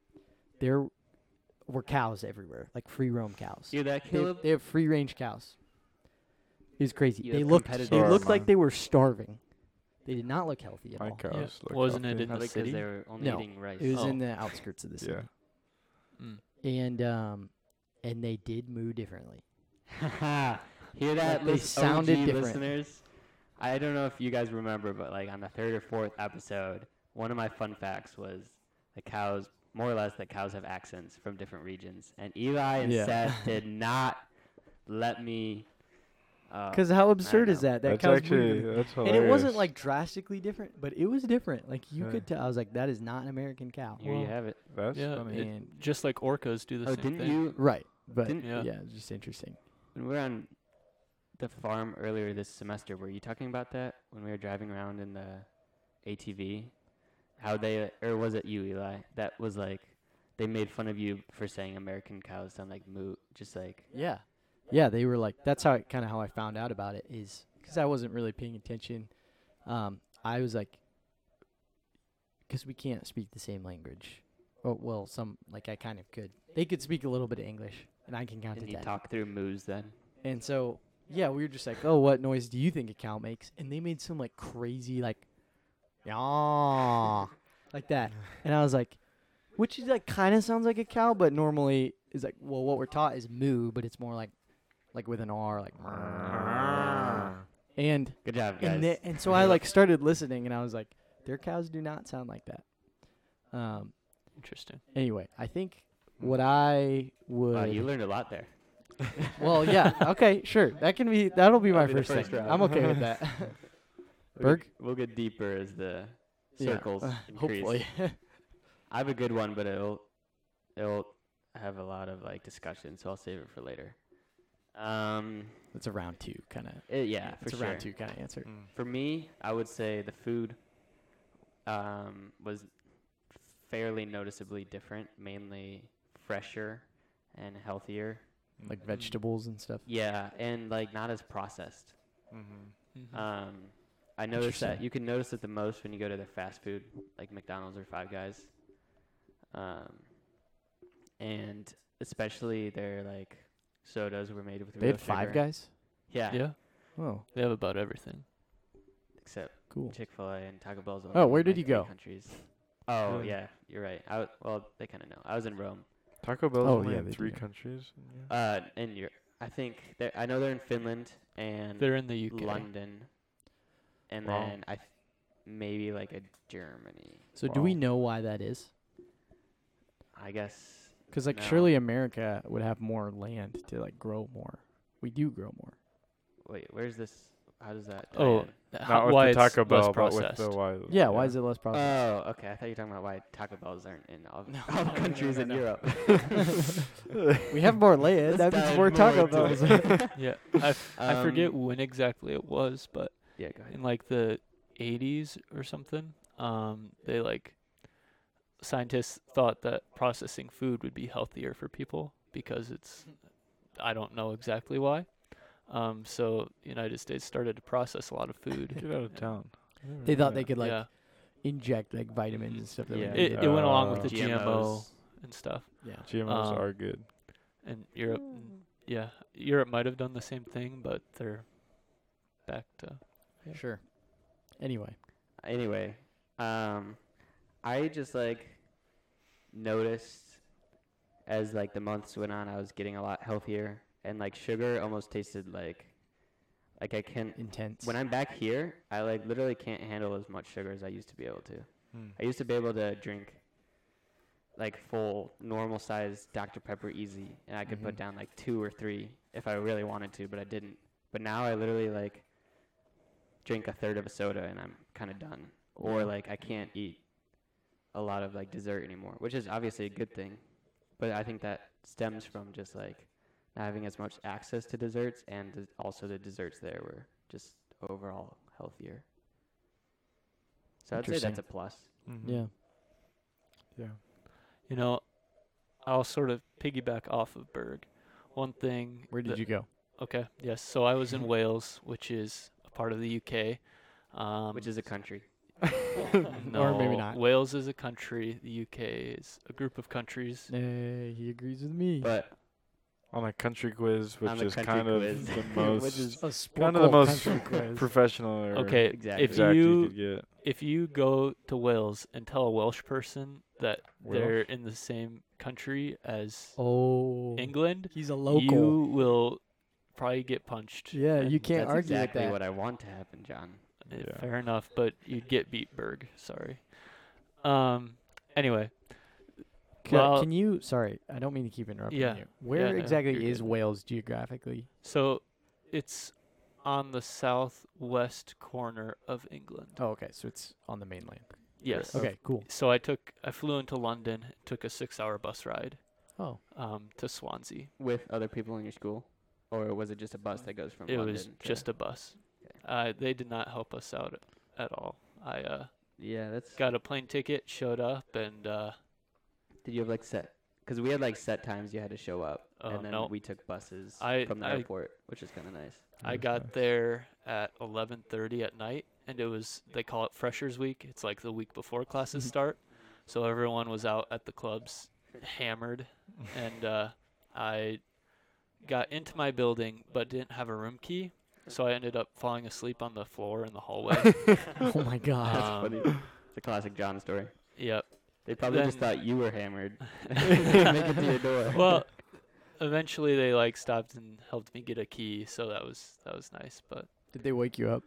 S1: there were cows everywhere, like free roam cows.
S2: You're that
S1: They have,
S2: Caleb?
S1: they have free range cows. It was crazy.
S2: You
S1: they
S2: have
S1: looked they
S2: competitive
S1: looked like
S3: farming.
S1: they were starving. They did not look healthy at
S3: My
S1: all.
S3: cows. look
S4: Wasn't
S3: healthy.
S4: it in
S2: Probably
S4: the
S2: because
S4: city?
S2: they were only
S1: No,
S2: eating rice.
S1: It was
S2: oh.
S1: in
S2: *laughs*
S1: the outskirts of the city,
S3: Yeah.
S4: Mm.
S1: and um, and they did moo differently.
S2: Hear that?
S1: Like, they
S2: lis-
S1: sounded
S2: OG
S1: different.
S2: Listeners, I don't know if you guys remember, but like on the third or fourth episode, one of my fun facts was the cows, more or less, that cows have accents from different regions, and Eli and
S1: Yeah.
S2: Seth
S1: *laughs*
S2: did not let me. uh,
S1: Because how absurd is
S2: know.
S1: that? That
S3: That's
S1: cows moo
S3: actually
S1: differently.
S3: that's
S1: and
S3: hilarious.
S1: it wasn't like drastically different, but it was different. Like you
S3: Yeah.
S1: could tell. I was like, that is not an American cow.
S2: here you have it.
S3: that's
S4: Yeah,
S3: funny.
S4: it-
S1: And
S4: Just like orcas do the
S2: Oh,
S4: same
S2: didn't
S4: thing.
S2: you?
S1: right, but
S2: Didn't-
S1: yeah,
S4: Yeah.
S1: it's just interesting.
S2: When we were on the farm earlier this semester, were you talking about that when we were driving around in the ATV? How they, or was it you, Eli? That was like, they made fun of you for saying American cows sound like moot. Just like,
S1: Yeah. Yeah, they were like that's how kind of how I found out about it is cuz I wasn't really paying attention. Um I was like cuz we can't speak the same language. Oh, well, some like I kind of could. They could speak a little bit of English and I can count
S2: didn't
S1: to
S2: you
S1: 10.
S2: talk through moos then?
S1: And so yeah, we were just like, "Oh, what noise do you think a cow makes?" And they made some like crazy like yeah, like that. And I was like, which is like kind of sounds like a cow, but normally is like, well, what we're taught is moo, but it's more like, like with an R, like. And
S2: Good job, guys.
S1: and, the, and so I like started listening, and I was like, their cows do not sound like that. Um.
S4: Interesting.
S1: Anyway, I think what I would.
S2: wow, you learned a lot there.
S1: well, yeah. Okay, sure. That can be. That'll be my
S2: That'll be the
S1: first,
S2: first
S1: thing.
S2: round.
S1: I'm okay with that.
S2: *laughs* *laughs* We'll
S1: Berg?
S2: get- We'll get deeper as the
S1: Yeah,
S2: circles
S1: uh,
S2: increase.
S1: Hopefully. *laughs*
S2: I have a good one, but it'll it'll have a lot of like discussion, so I'll save it for later. Um,
S1: It's a round two kind of.
S2: it, yeah, for
S1: it's a
S2: sure.
S1: round two kind of answer.
S3: Mm-hmm.
S2: For me, I would say the food um, was fairly noticeably different, mainly fresher and healthier.
S3: Mm.
S1: Like vegetables and stuff.
S2: Yeah, and like not as processed.
S3: Mm-hmm.
S2: Um, I noticed that
S1: Interesting.
S2: you can notice it the most when you go to the fast food, like McDonald's or Five Guys. Um, and especially their like sodas were made with
S1: They
S2: real
S1: had five
S2: sugar.
S1: guys.
S2: Yeah,
S4: Yeah,
S1: Oh,
S4: they have about everything.
S2: except
S1: cool.
S2: Chick Fil A and Taco Bell's.
S1: Oh,
S2: only
S1: where
S2: in, like,
S1: did you
S2: three
S1: go?
S2: Countries. Oh
S3: Really?
S2: yeah, you're right. I w- well, they kind of know. I was in Rome.
S3: Taco Bell's
S1: Oh,
S3: only
S1: yeah, they
S3: in
S1: do
S3: three
S1: that.
S3: countries. in Europe?
S2: Uh, and you're. I think they're, I know they're in Finland and
S4: They're in the UK.
S2: London, and
S3: Wow.
S2: then I th- maybe like a Germany.
S1: So do we
S3: Wow.
S1: know why that is?
S2: I guess
S1: Because like
S2: No.
S1: surely America would have more land to like grow more. We do grow more.
S2: Wait, where's this? How does that? tie
S4: Oh,
S2: in?
S3: Not
S4: how,
S3: with
S4: why
S3: the
S4: it's
S3: Taco
S4: less
S3: Bell, but with
S4: processed.
S3: the why.
S1: Yeah, why is it less processed?
S2: Oh, okay. I thought you were talking about why Taco Bells aren't in all,
S1: No,
S2: *laughs* all
S1: no, no,
S2: countries
S1: no,
S2: in
S1: no.
S2: Europe. *laughs*
S1: we have more land.
S2: Let's
S1: That means
S2: dive
S1: more
S2: more
S1: Taco
S2: into
S1: Bells. *laughs*
S4: yeah, I, f- I forget
S2: Um,
S4: when exactly it was, but
S2: *laughs* yeah, go ahead.
S4: in like the 80s or something um they like scientists thought that processing food would be healthier for people because it's i don't know exactly why um so the united states started to process a lot of food
S3: Get out of town.
S1: they thought they could like
S4: yeah
S1: inject like vitamins and stuff. That we
S2: Yeah.
S1: didn't
S4: it, it went along with
S3: Uh,
S4: the gmo
S2: GMOs.
S4: and stuff
S1: get. yeah.
S3: GMOs
S4: um,
S3: are good.
S4: and europe yeah europe might have done the same thing but they're back to Yeah.
S1: Sure. Anyway,
S2: Anyway, um, I just like noticed as like the months went on, I was getting a lot healthier, and like sugar almost tasted like, like I can't.
S1: intense.
S2: When I'm back here, I like literally can't handle as much sugar as I used to be able to. I used to be able to drink like full normal size Dr. Pepper easy and I could put
S1: Mhm.
S2: down like two or three if I really wanted to, but I didn't. But now I literally like drink a third of a soda and I'm kind of done. Or like I can't eat a lot of like dessert anymore, which is obviously a good thing. But I think that stems from just like not having as much access to desserts and th- also the desserts there were just overall healthier. So I'd say that's a
S1: Interesting.
S2: plus.
S3: Mm-hmm.
S1: yeah.
S3: Yeah.
S4: you know i'll sort of piggyback off of berg one thing
S1: Where did
S4: that-
S1: you go?
S4: Okay. Yes. So I
S1: *laughs*
S4: was in Wales, which is a part of the UK. Um,
S2: which is
S1: *laughs*
S2: a country. *laughs*
S4: no,
S1: or maybe not.
S4: Wales is a country. The UK is a group of countries.
S1: Nay, he agrees with me.
S2: But
S3: On a country quiz,
S2: On
S3: which
S2: a
S3: is
S2: country
S3: kind of
S2: quiz,
S3: the
S2: which
S1: *laughs*
S3: most
S2: is-
S1: A
S3: kind of the
S1: sporkle
S3: most
S1: country quiz.
S3: professional. Or
S4: Okay.
S2: Exactly.
S4: If
S3: exact you,
S4: you
S3: could get.
S4: if you go to Wales and tell a Welsh person that they're
S3: Welsh?
S4: in the same country as
S1: Oh,
S4: England,
S1: he's a local.
S4: you will probably get punched.
S1: yeah, you
S4: and
S1: can't
S2: that's
S1: argue
S2: exactly
S1: with that.
S2: what I want to happen, John.
S4: Uh,
S3: Yeah.
S4: Fair enough, but you'd get beat, Berg. Sorry. Um. Anyway,
S1: Can,
S4: Well-
S1: can you? Sorry, I don't mean to keep interrupting
S4: Yeah.
S1: you. Where
S4: no,
S1: exactly
S4: you're
S1: is
S4: good.
S1: Wales geographically?
S4: so it's on the southwest corner of England.
S1: Oh, okay, so it's on the mainland.
S4: Yes.
S1: Okay, cool.
S4: So I took I flew into London, took a six hour bus ride
S1: Oh,
S4: um, to Swansea.
S2: With other people in your school, or was it just a bus that goes from?
S4: it
S2: London
S4: was
S2: to-
S4: just a bus.
S2: Okay.
S4: Uh, they did not help us out at all. I uh,
S2: Yeah, that's.
S4: got a plane ticket, showed up, and uh,
S2: Did you have like set? Because we had like set times you had to show up,
S4: Uh,
S2: and then
S4: no.
S2: we took buses
S4: I-
S2: from the
S4: I-
S2: airport, which is kind of nice. *laughs*
S4: I got there at 11:30 at night, and it was they call it Freshers Week. It's like the week before
S2: *laughs*
S4: classes start, so everyone was out at the clubs,
S2: *laughs*
S4: hammered, and uh, I got into my building but didn't have a room key, so I ended up falling asleep on the floor in the
S2: *laughs*
S4: hallway.
S1: oh my God.
S4: *laughs*
S2: That's
S4: Um,
S2: funny. It's a classic John story.
S4: yep.
S2: They probably just
S4: then-
S2: thought you were hammered.
S4: *laughs*
S2: *laughs* Make it to your door.
S4: Well, eventually they like stopped and helped me get a key, so that was that was nice. But
S1: Did they wake you up?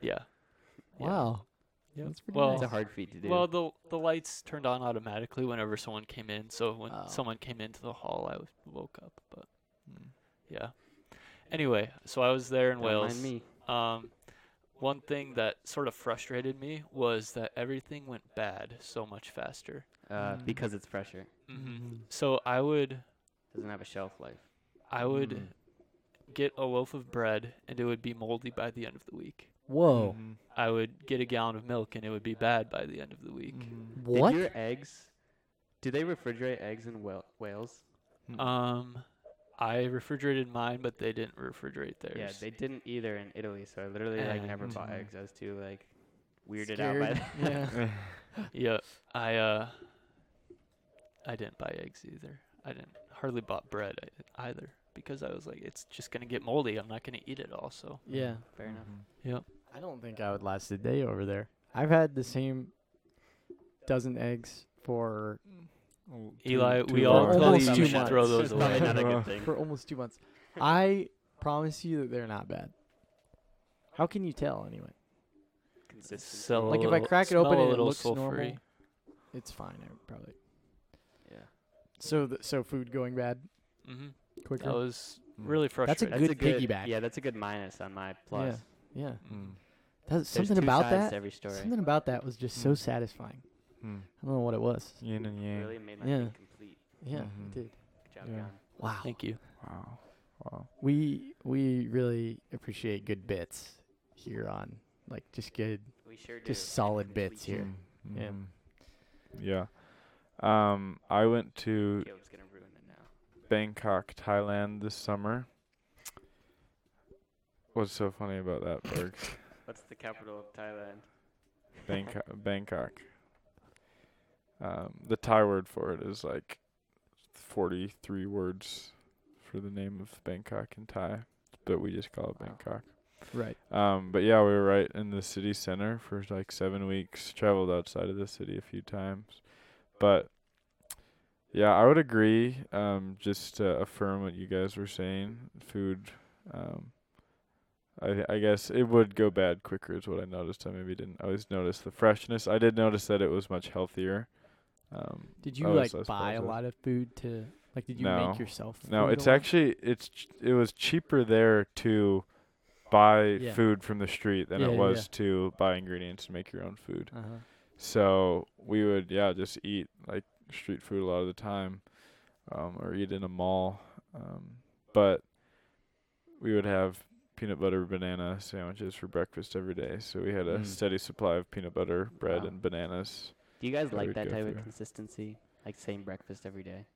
S4: yeah. Yeah.
S1: Wow.
S4: Yep.
S1: That's pretty
S4: Well,
S2: it's a hard feat to do.
S4: Well, the the lights turned on automatically whenever someone came in. So when
S1: Oh.
S4: someone came into the hall, I w- woke up. But yeah. Anyway, so I was there in
S2: Don't
S4: Wales.
S2: Mind me.
S4: Um, one thing that sort of frustrated me was that everything went bad so much faster.
S2: Uh,
S1: Mm.
S2: because it's pressure. Mm-hmm.
S4: So I would
S2: Doesn't have a shelf life.
S4: I would
S3: Mm.
S4: get a loaf of bread and it would be moldy by the end of the week.
S1: Whoa.
S4: I would get a gallon of milk and it would be bad by the end of the
S2: Mm.
S4: week.
S1: What?
S2: Did your eggs? Do they refrigerate eggs in Wel- Wales? Hmm.
S4: Um, I refrigerated mine, but they didn't refrigerate theirs.
S2: Yeah,
S4: *laughs*
S2: they didn't either in Italy, so I literally like never bought
S3: And-
S2: eggs. I was too like weirded out by
S1: Mm-hmm. Scared.
S2: that.
S1: Yeah.
S4: Yeah, I uh, I didn't buy eggs either. I didn't hardly bought bread ei- either because I was like, it's just gonna get moldy. I'm not gonna eat it. Also,
S1: *laughs* Yeah.
S2: Fair
S4: mm-hmm.
S2: enough.
S1: I don't think I would last a day over there. I've had the same dozen eggs for
S4: Eli, we
S1: long.
S4: all tell
S1: Almost
S4: you
S1: too
S4: you should throw
S1: much.
S2: It's
S4: those
S2: probably
S4: away.
S2: not
S1: *laughs*
S2: a
S3: Well,
S2: good thing.
S1: for almost two
S4: *laughs*
S1: months. I promise you that they're not bad. How can you tell anyway?
S2: Consistency.
S4: Sell a
S1: Like if I
S4: little-
S1: crack it open
S4: smell a
S1: and it
S4: little
S1: looks normal,
S4: sulfury.
S1: it's fine. I would probably.
S2: Yeah.
S1: So th- so food going bad
S4: Mhm.
S1: quicker.
S4: That was
S3: Mm.
S4: Really
S1: That's a
S4: frustrating.
S2: That's
S1: good
S2: a good
S1: piggyback.
S2: Yeah, that's a good minus on my plus.
S1: Yeah.
S3: Mm.
S1: That's
S2: There's
S1: something
S2: two
S1: about
S2: sides
S1: that.
S2: to every story. Hmm.
S1: Something about that was just so
S3: Mm.
S1: satisfying.
S3: Mm.
S1: I don't know what it was. Mm-hmm.
S3: Yin and yang.
S2: really made my
S1: Yeah.
S2: week complete.
S1: Yeah,
S3: Mhm.
S1: it did.
S2: Good job,
S3: Yeah.
S2: John.
S1: Wow.
S4: Thank you.
S3: Wow. Wow.
S1: We we really appreciate good bits here on like just good.
S2: We sure do.
S1: Just solid bits here.
S3: Mm,
S1: Yeah.
S3: mhm. Yeah. Um, I went to
S2: Caleb's gonna ruin it now.
S3: Bangkok, Thailand this summer. What's so funny about that, Berg?
S2: What's the capital of Thailand?
S3: Bangkok. Bangkok. Um, the Thai word for it is like 43 words for the name of Bangkok in Thai, but we just call it
S2: Wow.
S3: Bangkok.
S1: Right.
S3: Um, but yeah, we were right in the city center for like seven weeks. Traveled outside of the city a few times, but yeah, I would agree. Um, just to affirm what you guys were saying, food. Um, I I guess it would go bad quicker is what I noticed. I maybe didn't always notice the freshness. I did notice that it was much healthier. Um,
S1: Did you
S3: I
S1: like
S3: was- I
S1: buy a
S3: suppose I-
S1: lot of food to like? Did you
S3: No.
S1: make yourself?
S3: No,
S1: food
S3: it's
S1: a lot?
S3: actually it's ch- it was cheaper there to buy
S1: Yeah.
S3: food from the street than
S1: Yeah,
S3: it
S1: yeah,
S3: was to buy ingredients and make your own food.
S1: Uh-huh.
S3: So we would yeah just eat like street food a lot of the time, um, or eat in a mall. Um, but we would have peanut butter banana sandwiches for breakfast every day. So we had a
S1: Mm.
S3: steady supply of peanut butter, bread,
S2: Wow.
S3: and bananas.
S2: Do you guys
S3: Yeah,
S2: like
S3: we'd
S2: that
S3: go
S2: type
S3: through.
S2: of consistency? Like same breakfast every day?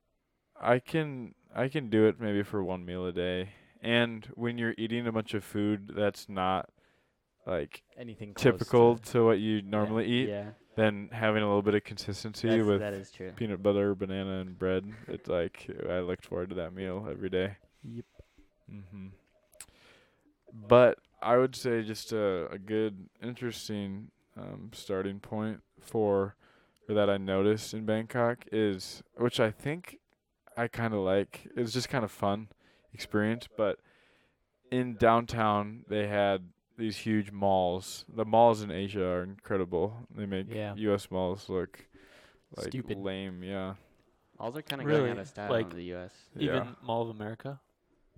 S3: I can I can do it maybe for one meal a day. And when you're eating a bunch of food that's not like
S1: Anything close
S3: typical
S1: To,
S3: to, what you normally eat,
S2: yeah.
S3: then having a little bit of consistency
S2: that's-
S3: with
S2: that is true.
S3: peanut butter, banana, and bread, it's like I looked forward to that meal every day.
S1: Yep.
S3: hmm But I would say just a, a good, interesting um, starting point for or that I noticed in Bangkok is, which I think I kind of like. It was just kind of fun experience. But in downtown, they had these huge malls. The malls in Asia are incredible. They make
S1: Yeah.
S3: U.S. malls look like
S1: Stupid.
S3: lame. Yeah.
S2: Malls are kind of going out
S4: Really,
S2: of style
S4: like,
S2: in the U.S.
S4: Even
S3: yeah.
S4: Mall of America.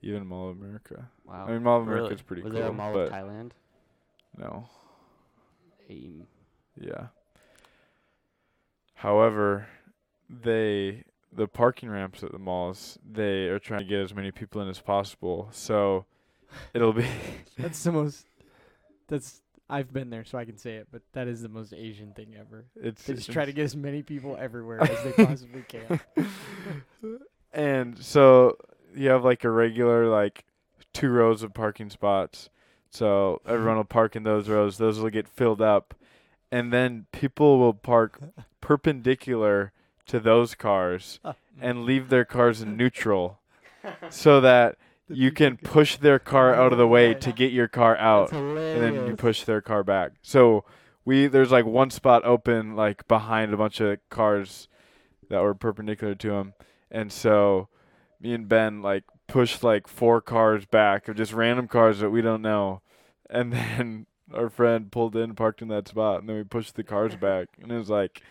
S3: Even Mall of America.
S2: Wow.
S3: I mean, Mall of
S4: Really?
S3: America is pretty
S2: Was
S3: cool,
S2: there a mall
S3: but
S2: of Thailand?
S3: no,
S2: Um,
S3: yeah. However, they the parking ramps at the malls they are trying to get as many people in as possible, so it'll be *laughs*
S1: that's the most. That's I've been there, so I can say it. But that is the most Asian thing ever.
S3: it's
S1: They just try to get as many people
S3: *laughs*
S1: everywhere as they possibly can. *laughs*
S3: and so you have like a regular like two rows of parking spots so everyone will park in those rows those will get filled up and then people will park perpendicular to
S1: *laughs*
S3: those cars and leave their cars in neutral so that
S1: The
S3: you
S1: people
S3: can push their car out of the way
S1: Yeah. *laughs*
S3: to get your car out
S1: That's hilarious.
S3: and then you push their car back. So we there's like one spot open like behind a bunch of cars that were perpendicular to him, and so me and Ben like pushed like four cars back of just random cars that we don't know, and *laughs* then our friend pulled in, parked in that spot, and then we pushed the
S1: *laughs*
S3: cars back, and it was like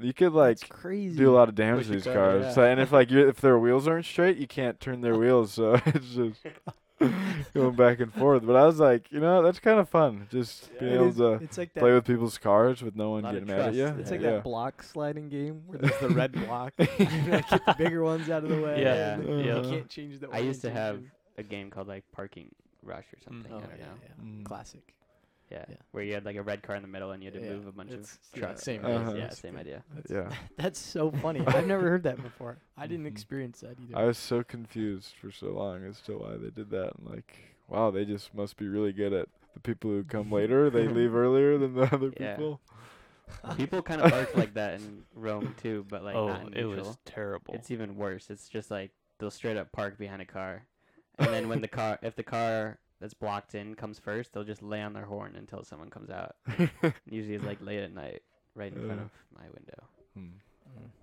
S3: you could like
S1: That's crazy.
S3: do a lot of
S1: Push
S3: damage to
S1: the
S3: these
S1: car,
S3: cars.
S1: yeah.
S3: So, and if like you if their wheels aren't straight, you can't
S1: *laughs*
S3: turn their wheels. So *laughs* it's just *laughs* going back and forth. But I was like, you know, that's kind of fun. Just being
S1: It
S3: able
S1: is-
S3: to
S1: it's like that.
S3: play with people's cars with no one
S2: Lot of
S3: getting mad at
S2: trust.
S3: you.
S1: It's
S2: Yeah,
S1: like
S3: yeah.
S1: that block sliding game where there's the
S3: *laughs*
S1: red block. You gotta get the bigger ones out of the way.
S4: Yeah,
S1: and then
S4: yeah.
S1: You can't change the.
S2: I used to have
S1: orientation.
S2: a game called like Parking Rush or something.
S1: Oh
S2: I don't
S1: yeah,
S2: know.
S1: yeah.
S3: Mm.
S1: Classic.
S2: Yeah.
S1: Yeah.
S2: Where you had like a red car in the middle and you had to
S1: Yeah,
S2: move a bunch of
S1: it's- yeah,
S2: trucks.
S1: same
S2: Yeah,
S3: idea. *laughs*
S2: Yeah,
S1: That's
S2: same
S1: good.
S2: idea.
S3: Yeah.
S1: *laughs* That's so
S3: *laughs*
S1: funny. I've never heard that before. I didn't
S3: Mhm.
S1: experience that either.
S3: I was so confused for so long as to why they did that. And like, wow, they just must be really good at the people who come
S1: *laughs*
S3: later. They leave earlier than the other
S5: *laughs*
S2: Yeah.
S3: people.
S2: People
S3: *laughs*
S2: kind of park like that in Rome too, but like
S4: oh,
S2: not in
S4: it
S2: neutral.
S4: was terrible.
S2: It's even worse. It's just like they'll straight up park behind a car, and then when the car, if the car that's blocked in comes first, they'll just lay on their horn until someone
S1: *laughs*
S2: comes out. Usually it's like late at night, right in front
S3: Uh.
S2: of my window.
S3: Mm.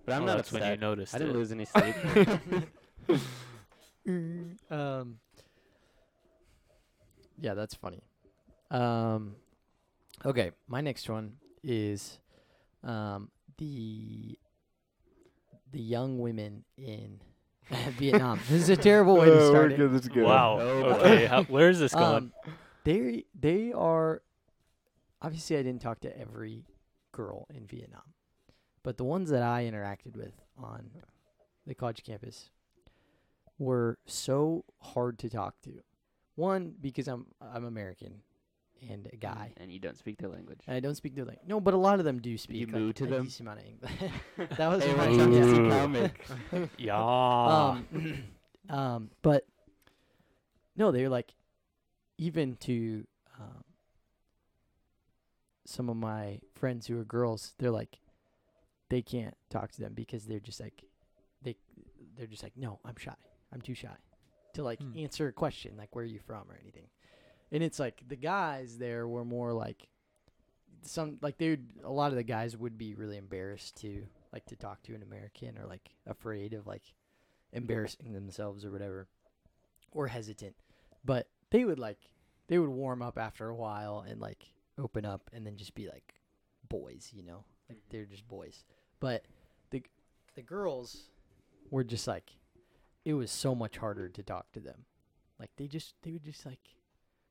S2: But I'm
S4: Oh,
S2: not
S4: that's
S2: upset.
S4: when you noticed
S2: I didn't
S4: it.
S2: lose any sleep.
S1: um. Yeah, that's funny. Um. Okay, my next one is, um, the. The young women in *laughs*
S5: Vietnam. This is a terrible way to
S3: Oh,
S5: start
S3: we're
S5: it.
S3: good, that's good.
S4: Wow.
S2: Oh,
S1: *laughs*
S4: Okay. How, where is this going?
S5: Um,
S1: They they are obviously I didn't talk to every girl in Vietnam, but the ones that I interacted with on the college campus were so hard to talk to. One because I'm I'm American and a *laughs* guy.
S2: And you don't speak their language.
S1: And I don't speak their language. No, but a lot of them do speak. like,
S2: moo to
S1: a
S2: them?
S1: decent amount of English. *laughs* that was
S2: Hey,
S1: my
S2: welcome to
S1: job.
S2: Sea
S4: Ooh.
S2: Comic.
S4: yeah.
S1: Um, *clears throat* um, but no, they were like, even to um, some of my friends who are girls, they're like, they can't talk to them because they're just like, they, they're just like, no, I'm shy. I'm too shy to like
S4: Hmm.
S1: answer a question like, where are you from or anything. And it's like the guys there were more like, some like they would a lot of the guys would be really embarrassed to like to talk to an American or like afraid of like embarrassing themselves or whatever or hesitant but they would like they would warm up after a while and like open up and then just be like boys you know like they're just boys but the the girls were just like it was so much harder to talk to them like they just they would just like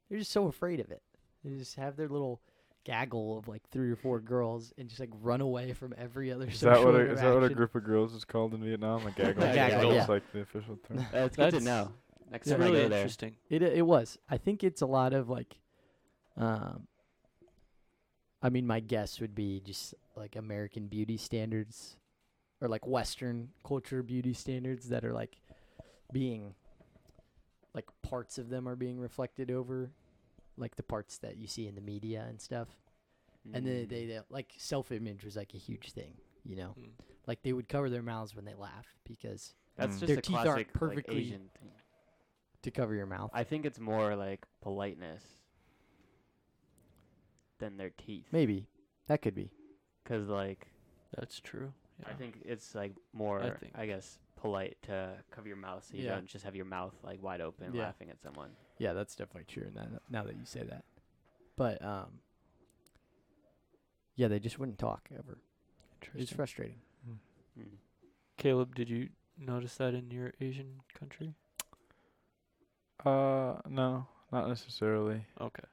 S1: they're just so afraid of it they just have their little gaggle of like three or four girls and just like run away from every other
S3: Is that,
S1: social
S3: what a, is that what a
S1: interaction.
S3: group of girls is called in
S2: *laughs*
S3: Vietnam? A gaggle.
S2: A gaggle,
S3: That's
S2: yeah.
S3: like the official term.
S2: That's Uh, good to
S4: That's-
S2: know. Next
S4: it's
S2: time I
S4: really
S2: go there.
S4: interesting.
S1: It it was. I think it's a lot of like, um. I mean, my guess would be just like American beauty standards, or like Western culture beauty standards that are like being, like parts of them are being reflected over, like the parts that you see in the media and stuff. And then
S2: Mm.
S1: they, they like self image was like a huge thing, you know.
S4: Mm.
S1: Like they would cover their mouths when they laugh because
S2: Mm-hmm. That's
S3: Mm.
S2: just
S1: Their
S2: a
S1: teeth aren't
S2: classic like,
S1: perfectly-
S2: Asian thing.
S1: to cover your mouth.
S2: I think it's more like politeness than their teeth.
S1: Maybe that could be.
S2: Because, like,
S4: That's true.
S2: I
S4: Yeah.
S2: think it's like more, I,
S4: think-
S2: guess, polite to cover your mouth so you
S1: Yeah.
S2: don't just have your mouth like wide open
S1: Yeah.
S2: laughing at someone.
S1: Yeah, that's definitely true. Now, that- now that you say that, but um, yeah, they just wouldn't talk ever. It's
S4: Interesting.
S1: frustrating.
S2: Mm.
S4: Caleb, did you notice that in your Asian country?
S3: Uh, no, not necessarily.
S4: Okay.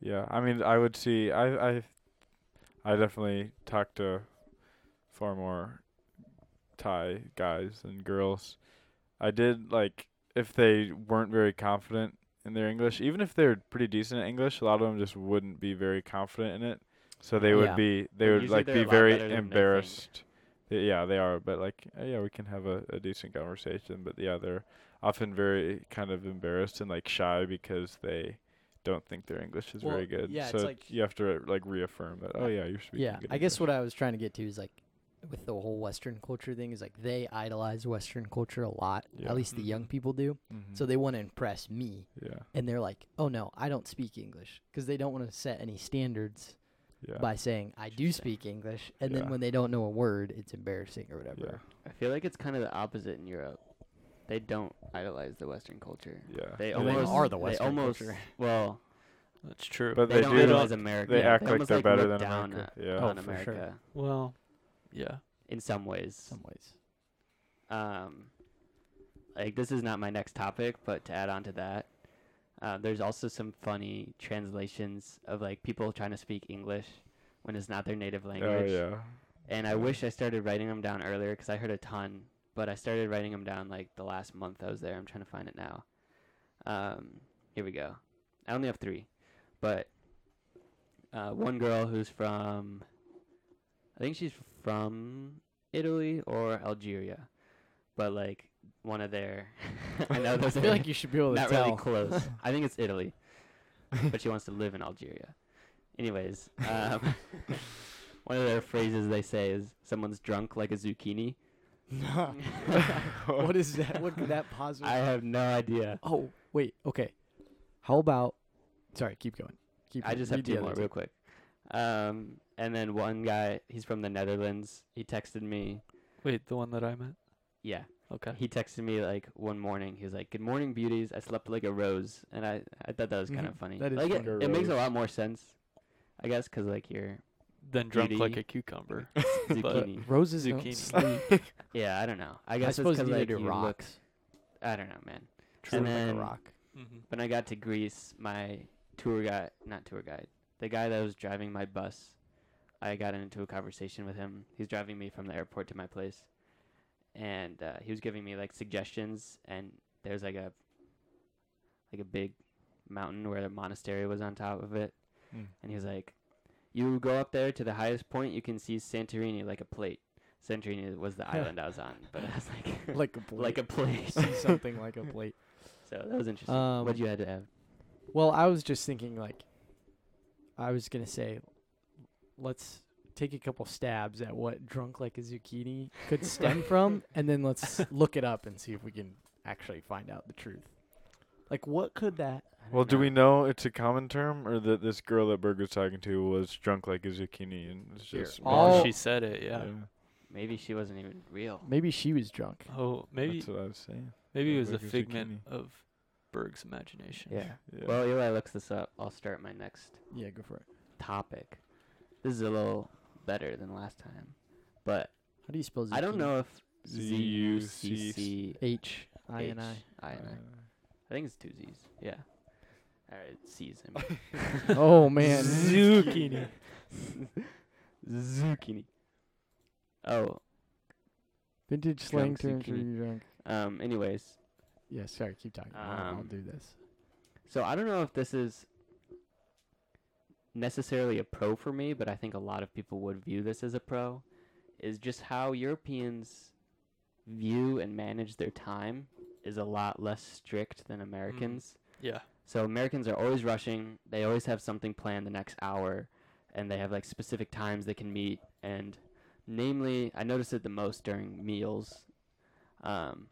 S3: Yeah, I mean, I would see. I I I definitely talk to far more Thai guys than girls. I did like if they weren't very confident in their English, even if they're pretty decent at English, a lot of them just wouldn't be very confident in it. So they would
S1: Yeah.
S3: be they
S2: But
S3: would
S2: usually
S3: like
S2: they're
S3: be
S2: a lot
S3: very
S2: better than they think.
S3: embarrassed. Th- Yeah, they are, but like uh, yeah, we can have a, a decent conversation, but yeah, they're often very kind of embarrassed and like shy because they don't think their English is
S1: Well,
S3: very good.
S1: yeah,
S3: so
S1: it's like-
S3: you have to uh, like reaffirm that. Oh yeah, you're speaking.
S1: yeah,
S3: good
S1: I guess
S3: English."
S1: what I was trying to get to is like with the whole Western culture thing is like they idolize Western culture a lot.
S3: Yeah.
S1: At least the
S2: Mm-hmm.
S4: Mhm.
S1: young people do.
S3: Mhm.
S1: So they want to impress me,
S3: yeah,
S1: and they're like, "Oh no, I don't speak English," because they don't want to set any standards
S3: yeah.
S1: by saying I do
S2: Interesting.
S1: speak English, and
S3: Yeah.
S1: then when they don't know a word, it's embarrassing or whatever.
S2: I feel like it's kind of the opposite in Europe. They don't idolize the Western culture.
S3: Yeah.
S2: They
S3: Yeah.
S2: almost *laughs*
S1: are the
S2: they
S1: Western
S2: almost-
S1: culture. *laughs*
S2: Well,
S4: That's true.
S3: But
S2: they,
S3: they,
S2: don't
S3: do.
S2: idolize America.
S3: they act like
S2: almost,
S3: they're better
S2: look
S3: than
S2: down
S3: America.
S2: at-
S3: yeah.
S1: Oh,
S2: on
S1: for sure.
S2: America
S4: well, yeah.
S2: in some ways.
S1: Some ways.
S2: um, like this is not my next topic, but to add on to that, uh, there's also some funny translations of like people trying to speak English when it's not their native
S3: Oh
S2: language.
S3: yeah.
S2: And I wish I started writing them down earlier because I heard a ton, but I started writing them down like the last month I was there. I'm trying to find it now. Um, here we go. I only have three, but uh, one girl who's from, I think she's from Italy or Algeria, but like one of their, *laughs* *laughs* I know
S1: *laughs*
S2: those
S1: I
S2: are
S1: feel like you should be able to
S2: not
S1: tell.
S2: really
S1: *laughs*
S2: close. I think it's Italy, but she wants to live in Algeria. Anyways, um, *laughs* one of their phrases they say is "someone's drunk like a zucchini."
S1: *laughs* what is that? What could that possibly?
S2: I have no idea.
S1: oh wait, okay. How about? Sorry, keep going. Keep.
S2: I
S1: going.
S2: just
S1: Read
S2: have
S1: the
S2: two
S1: other
S2: more
S1: two.
S2: real quick. Um, and then one guy, he's from the Netherlands. He texted me.
S4: Wait, the one that I met?
S2: Yeah,
S4: Okay.
S2: he texted me like one morning. He was like, "Good morning, beauties. I slept like a rose," and I I thought that was kind of
S1: Mhm.
S2: funny.
S1: That is
S2: like
S1: funny.
S2: it, it makes a
S3: Rose.
S2: lot more sense, I guess, because like you're
S4: than drunk like
S2: Beauty.
S4: a cucumber. But-
S2: Zucchini.
S1: Roses
S4: Zucchini.
S1: don't
S4: *laughs*
S1: sleep.
S2: yeah, I don't know. *laughs* I
S1: I
S2: guess it's
S1: suppose
S2: 'cause,
S1: neither
S2: like
S1: do
S2: you look-
S1: rocks.
S2: I don't know, man.
S1: True,
S2: and
S1: like a
S2: then *laughs*
S1: rock.
S4: Mhm.
S2: when I got to Greece, my tour guide, not tour guide, the guy that was driving my bus, I got into a conversation with him. He's driving me from the airport to my place, and uh, he was giving me like suggestions. And there's like a like a big mountain where the monastery was on top of it,
S3: Mm.
S2: and he was like, "You go up there to the highest point, you can see Santorini like a plate." Santorini was the island I was on, but I was like, *laughs*
S1: Like a plate.
S2: like a plate.
S1: See *laughs* something like a plate.
S2: so that was interesting.
S1: Um,
S2: what you had to have?
S1: Well, I was just thinking like I was gonna say let's take a couple stabs at what drunk like a zucchini could
S2: *laughs*
S1: stem from and then let's look it up and see if we can actually find out the truth. Like what could that
S2: I don't
S3: Well, do
S2: know.
S3: we know it's a common term, or that this girl that Berg was talking to was drunk like a zucchini and it's
S2: Here,
S3: just
S1: all-
S4: Oh, she said it. Yeah.
S2: Maybe she wasn't even real.
S1: maybe she was drunk.
S4: Oh, maybe
S3: that's what I was saying.
S4: maybe it
S3: Yeah,
S4: was a
S3: like a
S4: figment of Berg's imagination.
S2: Yeah.
S3: Yeah.
S2: Well, Eli looks this up. I'll start my next
S1: Yeah, go for it.
S2: topic. This is a little better than last time, but
S1: How do you spell zucchini?
S2: I don't know if
S3: Z
S2: Z
S3: U
S2: U
S3: C
S2: C C
S1: H I
S2: H
S1: N I.
S2: I N I. I think it's two Z's. Yeah. All right, C's. I mean.
S1: Oh man.
S4: Zucchini.
S2: *laughs* Zucchini. Oh,
S1: Vintage slang
S2: Drunk
S1: terms for
S2: zucchini.
S1: you drunk.
S2: um. Anyways,
S1: Yeah, sorry, keep talking. I'll, I'll
S2: Um,
S1: do this.
S2: So I don't know if this is necessarily a pro for me, but I think a lot of people would view this as a pro, is just how Europeans view and manage their time is a lot less strict than Americans.
S4: Yeah.
S2: So Americans are always rushing. They always have something planned the next hour, and they have like specific times they can meet. And namely, I notice it the most during meals. Um,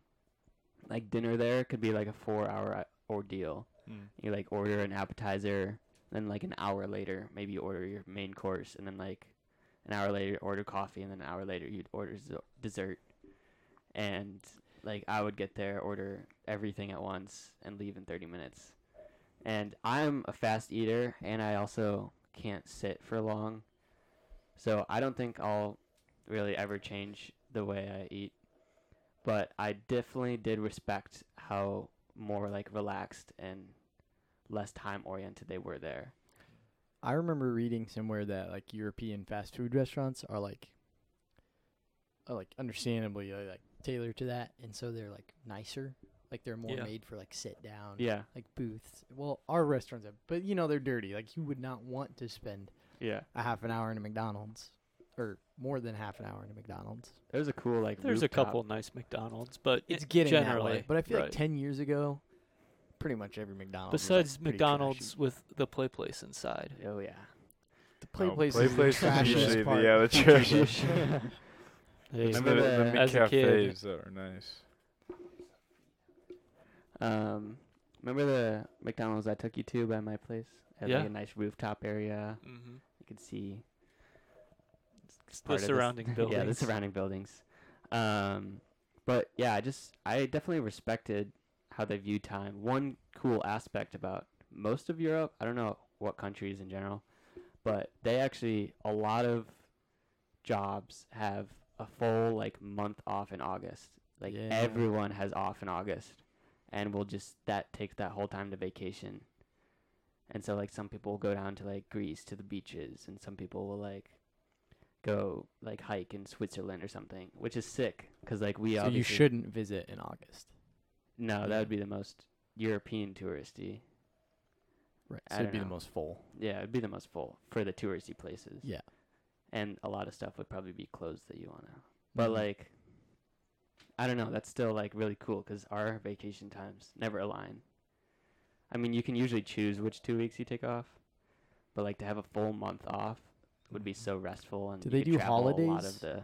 S2: like dinner there could be like a four-hour ordeal.
S3: Mm.
S2: You like order an appetizer, then like an hour later, maybe you order your main course, and then like an hour later order coffee, and then an hour later you'd order z- dessert. And like I would get there, order everything at once, and leave in thirty minutes and I'm a fast eater, and I also can't sit for long. So I don't think I'll really ever change the way I eat. But I definitely did respect how more like relaxed and less time oriented they were there.
S1: I remember reading somewhere that like European fast food restaurants are like, are, like understandably uh, like tailored to that, and so they're like nicer, like they're more
S4: Yeah.
S1: made for like sit down,
S2: Yeah,
S1: like booths. Well, our restaurants have, but you know they're dirty. Like you would not want to spend
S2: yeah.
S1: a half an hour in a McDonald's, or more than half an hour in a McDonald's.
S2: There's a cool like.
S4: There's a
S2: rooftop-
S4: couple nice McDonald's, but
S1: It's
S4: i-
S1: getting that
S4: generally.
S1: way, but I feel like
S4: right.
S1: ten years ago, pretty much every McDonald's. was, like,
S4: besides
S1: pretty
S4: McDonald's
S1: trashy.
S4: with the play place inside.
S2: Oh *laughs* yeah.
S1: the play
S3: Oh,
S1: place,
S3: play
S1: is the
S3: place is
S1: trashiest
S3: usually
S1: part.
S3: the- yeah, the trashiest.
S2: *laughs*
S3: *laughs*
S4: Hey,
S3: And the,
S2: Remember
S3: the
S2: the-
S3: meat
S4: as a kid-
S3: cafes that are nice.
S2: Um, remember the McDonald's I took you to by my place? Had
S4: Yeah.
S2: like a nice rooftop area.
S4: mhm.
S2: You could see s- s-
S4: The
S2: part of this- *laughs*
S4: surrounding
S2: yeah, the
S4: buildings.
S2: surrounding buildings. Um, but yeah, I just I definitely respected how they view time. One cool aspect about most of Europe, I don't know what countries in general, but they actually a lot of jobs have a full like month off in August. Like
S1: Yeah.
S2: everyone has off in August, and we'll just that takes that whole time to vacation. And so like some people will go down to like Greece to the beaches, and some people will like go like hike in Switzerland or something, which is sick because like we
S1: so you
S2: obviously-
S1: shouldn't visit in August.
S2: no that
S1: yeah.
S2: would be the most European touristy.
S1: Right.
S2: I
S1: So it'd
S2: don't
S1: be the
S2: know.
S1: most full.
S2: Yeah, it'd be the most full for the touristy places.
S1: Yeah.
S2: and a lot of stuff would probably be closed that you wanna. But
S1: Mhm.
S2: like, I don't know. That's still like really cool because our vacation times never align. I mean, you can usually choose which two weeks you take off, but like to have a full month off would be so restful. And
S1: Mm-hmm. Do
S2: you
S1: they do
S2: could travel A lot
S1: holidays?
S2: of the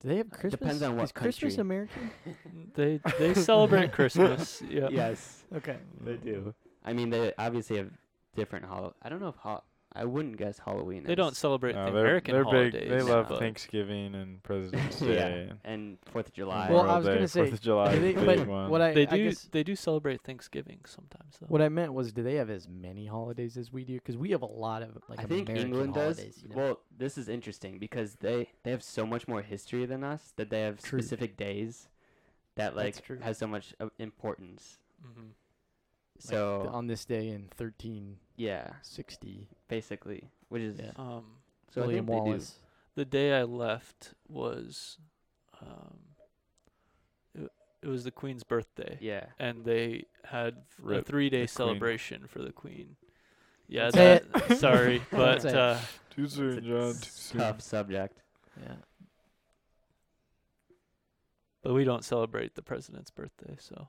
S1: Do they have
S2: Uh, depends
S1: Christmas?
S2: on what
S1: Is Christmas
S2: country.
S1: American?
S4: They they
S1: *laughs*
S4: celebrate Christmas. Yeah.
S2: yes,
S1: Okay.
S2: they do. I mean, they obviously have different hol. I don't know if hol- I wouldn't guess Halloween.
S4: They don't
S2: is-
S4: celebrate
S3: No,
S4: the
S3: they're,
S4: American
S3: they're
S4: holidays.
S3: big. They
S2: no.
S3: love
S4: but-
S3: Thanksgiving and President's
S2: Yeah.
S3: Day. and
S2: and Fourth of July.
S1: Well,
S3: Memorial
S1: I was gonna
S3: Day,
S1: say,
S3: Fourth of
S1: Do
S3: July. is
S1: they-
S3: a
S1: but
S3: big one.
S1: what I,
S4: They
S1: I
S4: do.
S1: guess
S4: They do celebrate Thanksgiving sometimes, though.
S1: what I meant was, do they have as many holidays as we do? Because we have a lot of like
S2: I think
S1: American
S2: England does.
S1: holidays. You know?
S2: Well, this is interesting because they they have so much more history than us that they have
S1: True.
S2: specific days that
S1: That's
S2: like
S1: true.
S2: has so much uh, importance.
S4: mm-hmm.
S1: Like,
S2: so
S1: th- on this day in 1360,
S2: yeah, basically, which is
S1: Yeah.
S4: Um,
S2: so I
S1: William
S2: think they do.
S1: Wallace.
S4: the day I left was, um, it, it was the Queen's birthday,
S2: Yeah,
S4: and they had a
S3: Rip
S4: three-day
S3: the Queen.
S4: celebration for the Queen. Yeah,
S1: That's *laughs*
S4: that, sorry, but
S1: That's it.
S4: uh,
S3: Too
S2: it's
S3: soon,
S2: a
S3: John. Too
S2: s-
S3: soon.
S2: tough subject.
S1: Yeah.
S4: but we don't celebrate the president's birthday, so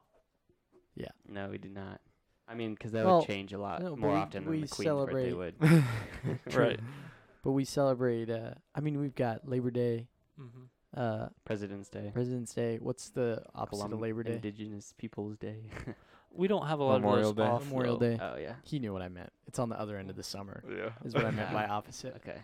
S2: No, we do not. I mean, because that
S1: Well,
S2: would change a lot
S1: no, but
S2: more
S1: we-
S2: often
S1: we
S2: than the Queen's birthday
S1: celebrate-
S2: would.
S1: *laughs*
S2: *laughs*
S4: right.
S1: But we celebrate. Uh, I mean, we've got Labor Day,
S4: Mm-hmm.
S1: uh,
S2: President's Day.
S1: President's Day. What's the opposite
S2: Colum-
S1: of Labor Day?
S2: Indigenous Peoples Day. *laughs*
S4: We don't have a lot
S3: Memorial
S4: of
S3: Day.
S4: those off.
S1: Memorial
S4: though.
S1: Day.
S2: oh yeah.
S1: he knew what I meant. It's on the other end of the summer.
S3: yeah.
S1: *laughs* Is what I meant
S2: *laughs*
S1: by opposite.
S2: Okay.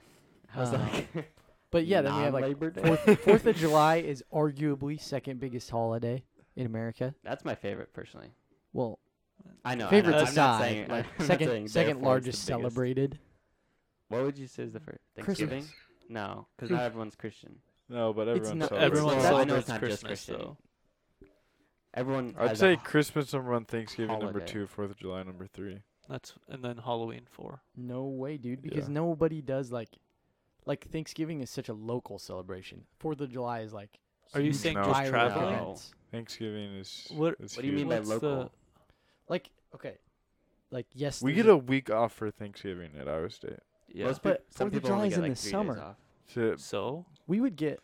S2: I was
S1: Um,
S2: like,
S1: But yeah, then we have like
S2: non-Labor Day?
S1: Fourth, Fourth of July is arguably second biggest holiday in America.
S2: That's my favorite personally. *laughs*
S1: Well,
S2: I know. I know,
S1: favorite
S2: I'm not
S1: aside,
S2: saying-
S1: like
S2: *laughs* I'm not saying
S1: second second
S2: therefore it's the
S1: largest
S2: biggest.
S1: celebrated.
S2: What would you say is the first? Thanksgiving?
S1: Christmas.
S2: No, because
S1: Dude.
S2: not everyone's Christian.
S3: *laughs* No, but everyone.
S1: not-
S3: celebrates
S4: Everyone
S2: Well,
S3: that.
S2: I know
S4: celebrates
S2: it's not just
S4: Christmas,
S2: Christian.
S4: though.
S2: Everyone.
S3: I'd
S2: has
S3: say
S2: a ho-
S3: Christmas number one, Thanksgiving number
S2: holiday.
S3: two, Fourth of July number three.
S4: That's and then Halloween four.
S1: No way, dude. Because
S3: Yeah.
S1: nobody does like, like Thanksgiving is such a local celebration. Fourth of July is like.
S4: Are you
S1: huge
S4: saying
S3: No.
S4: just
S1: firework
S4: traveling?
S2: No.
S1: events.
S3: Thanksgiving is.
S4: What-
S3: is
S2: What do you mean
S3: huge.
S2: by
S4: What's the-
S2: local?
S1: Like okay, like yes.
S3: We
S1: there's
S3: get a week off for Thanksgiving at Iowa State.
S4: Yeah.
S2: Most
S1: But
S2: peop- some
S1: Fourth of
S2: people
S1: July
S2: only get
S1: is in
S2: like
S1: the
S2: three days
S1: summer.
S2: off.
S3: So,
S4: so
S1: We would get.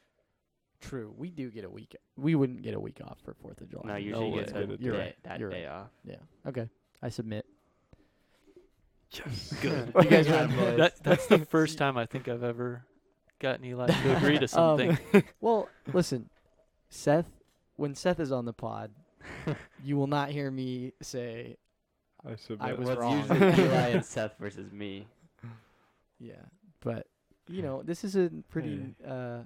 S1: True, we do get a week. We wouldldn't get a week off for Fourth of July.
S2: No, usually you
S4: way.
S2: get a
S3: Get a
S1: You're
S2: day,
S1: right.
S2: that
S1: You're
S2: day off.
S1: Okay, I submit.
S2: *laughs*
S4: good.
S1: You guys
S2: Yeah,
S1: win.
S2: boys.
S4: *laughs* that that's
S2: *laughs*
S4: the first time I think I've ever gotten Eli to agree
S2: Um,
S4: to something.
S1: Well, listen, Seth. When Seth is on the
S2: *laughs*
S1: pod, you will not hear me say,
S3: I submit.
S1: I was
S2: Well, it's
S1: wrong.
S2: *laughs* usually Eli and Seth versus me.
S1: yeah. But you know, this is a pretty
S3: Hey.
S1: uh,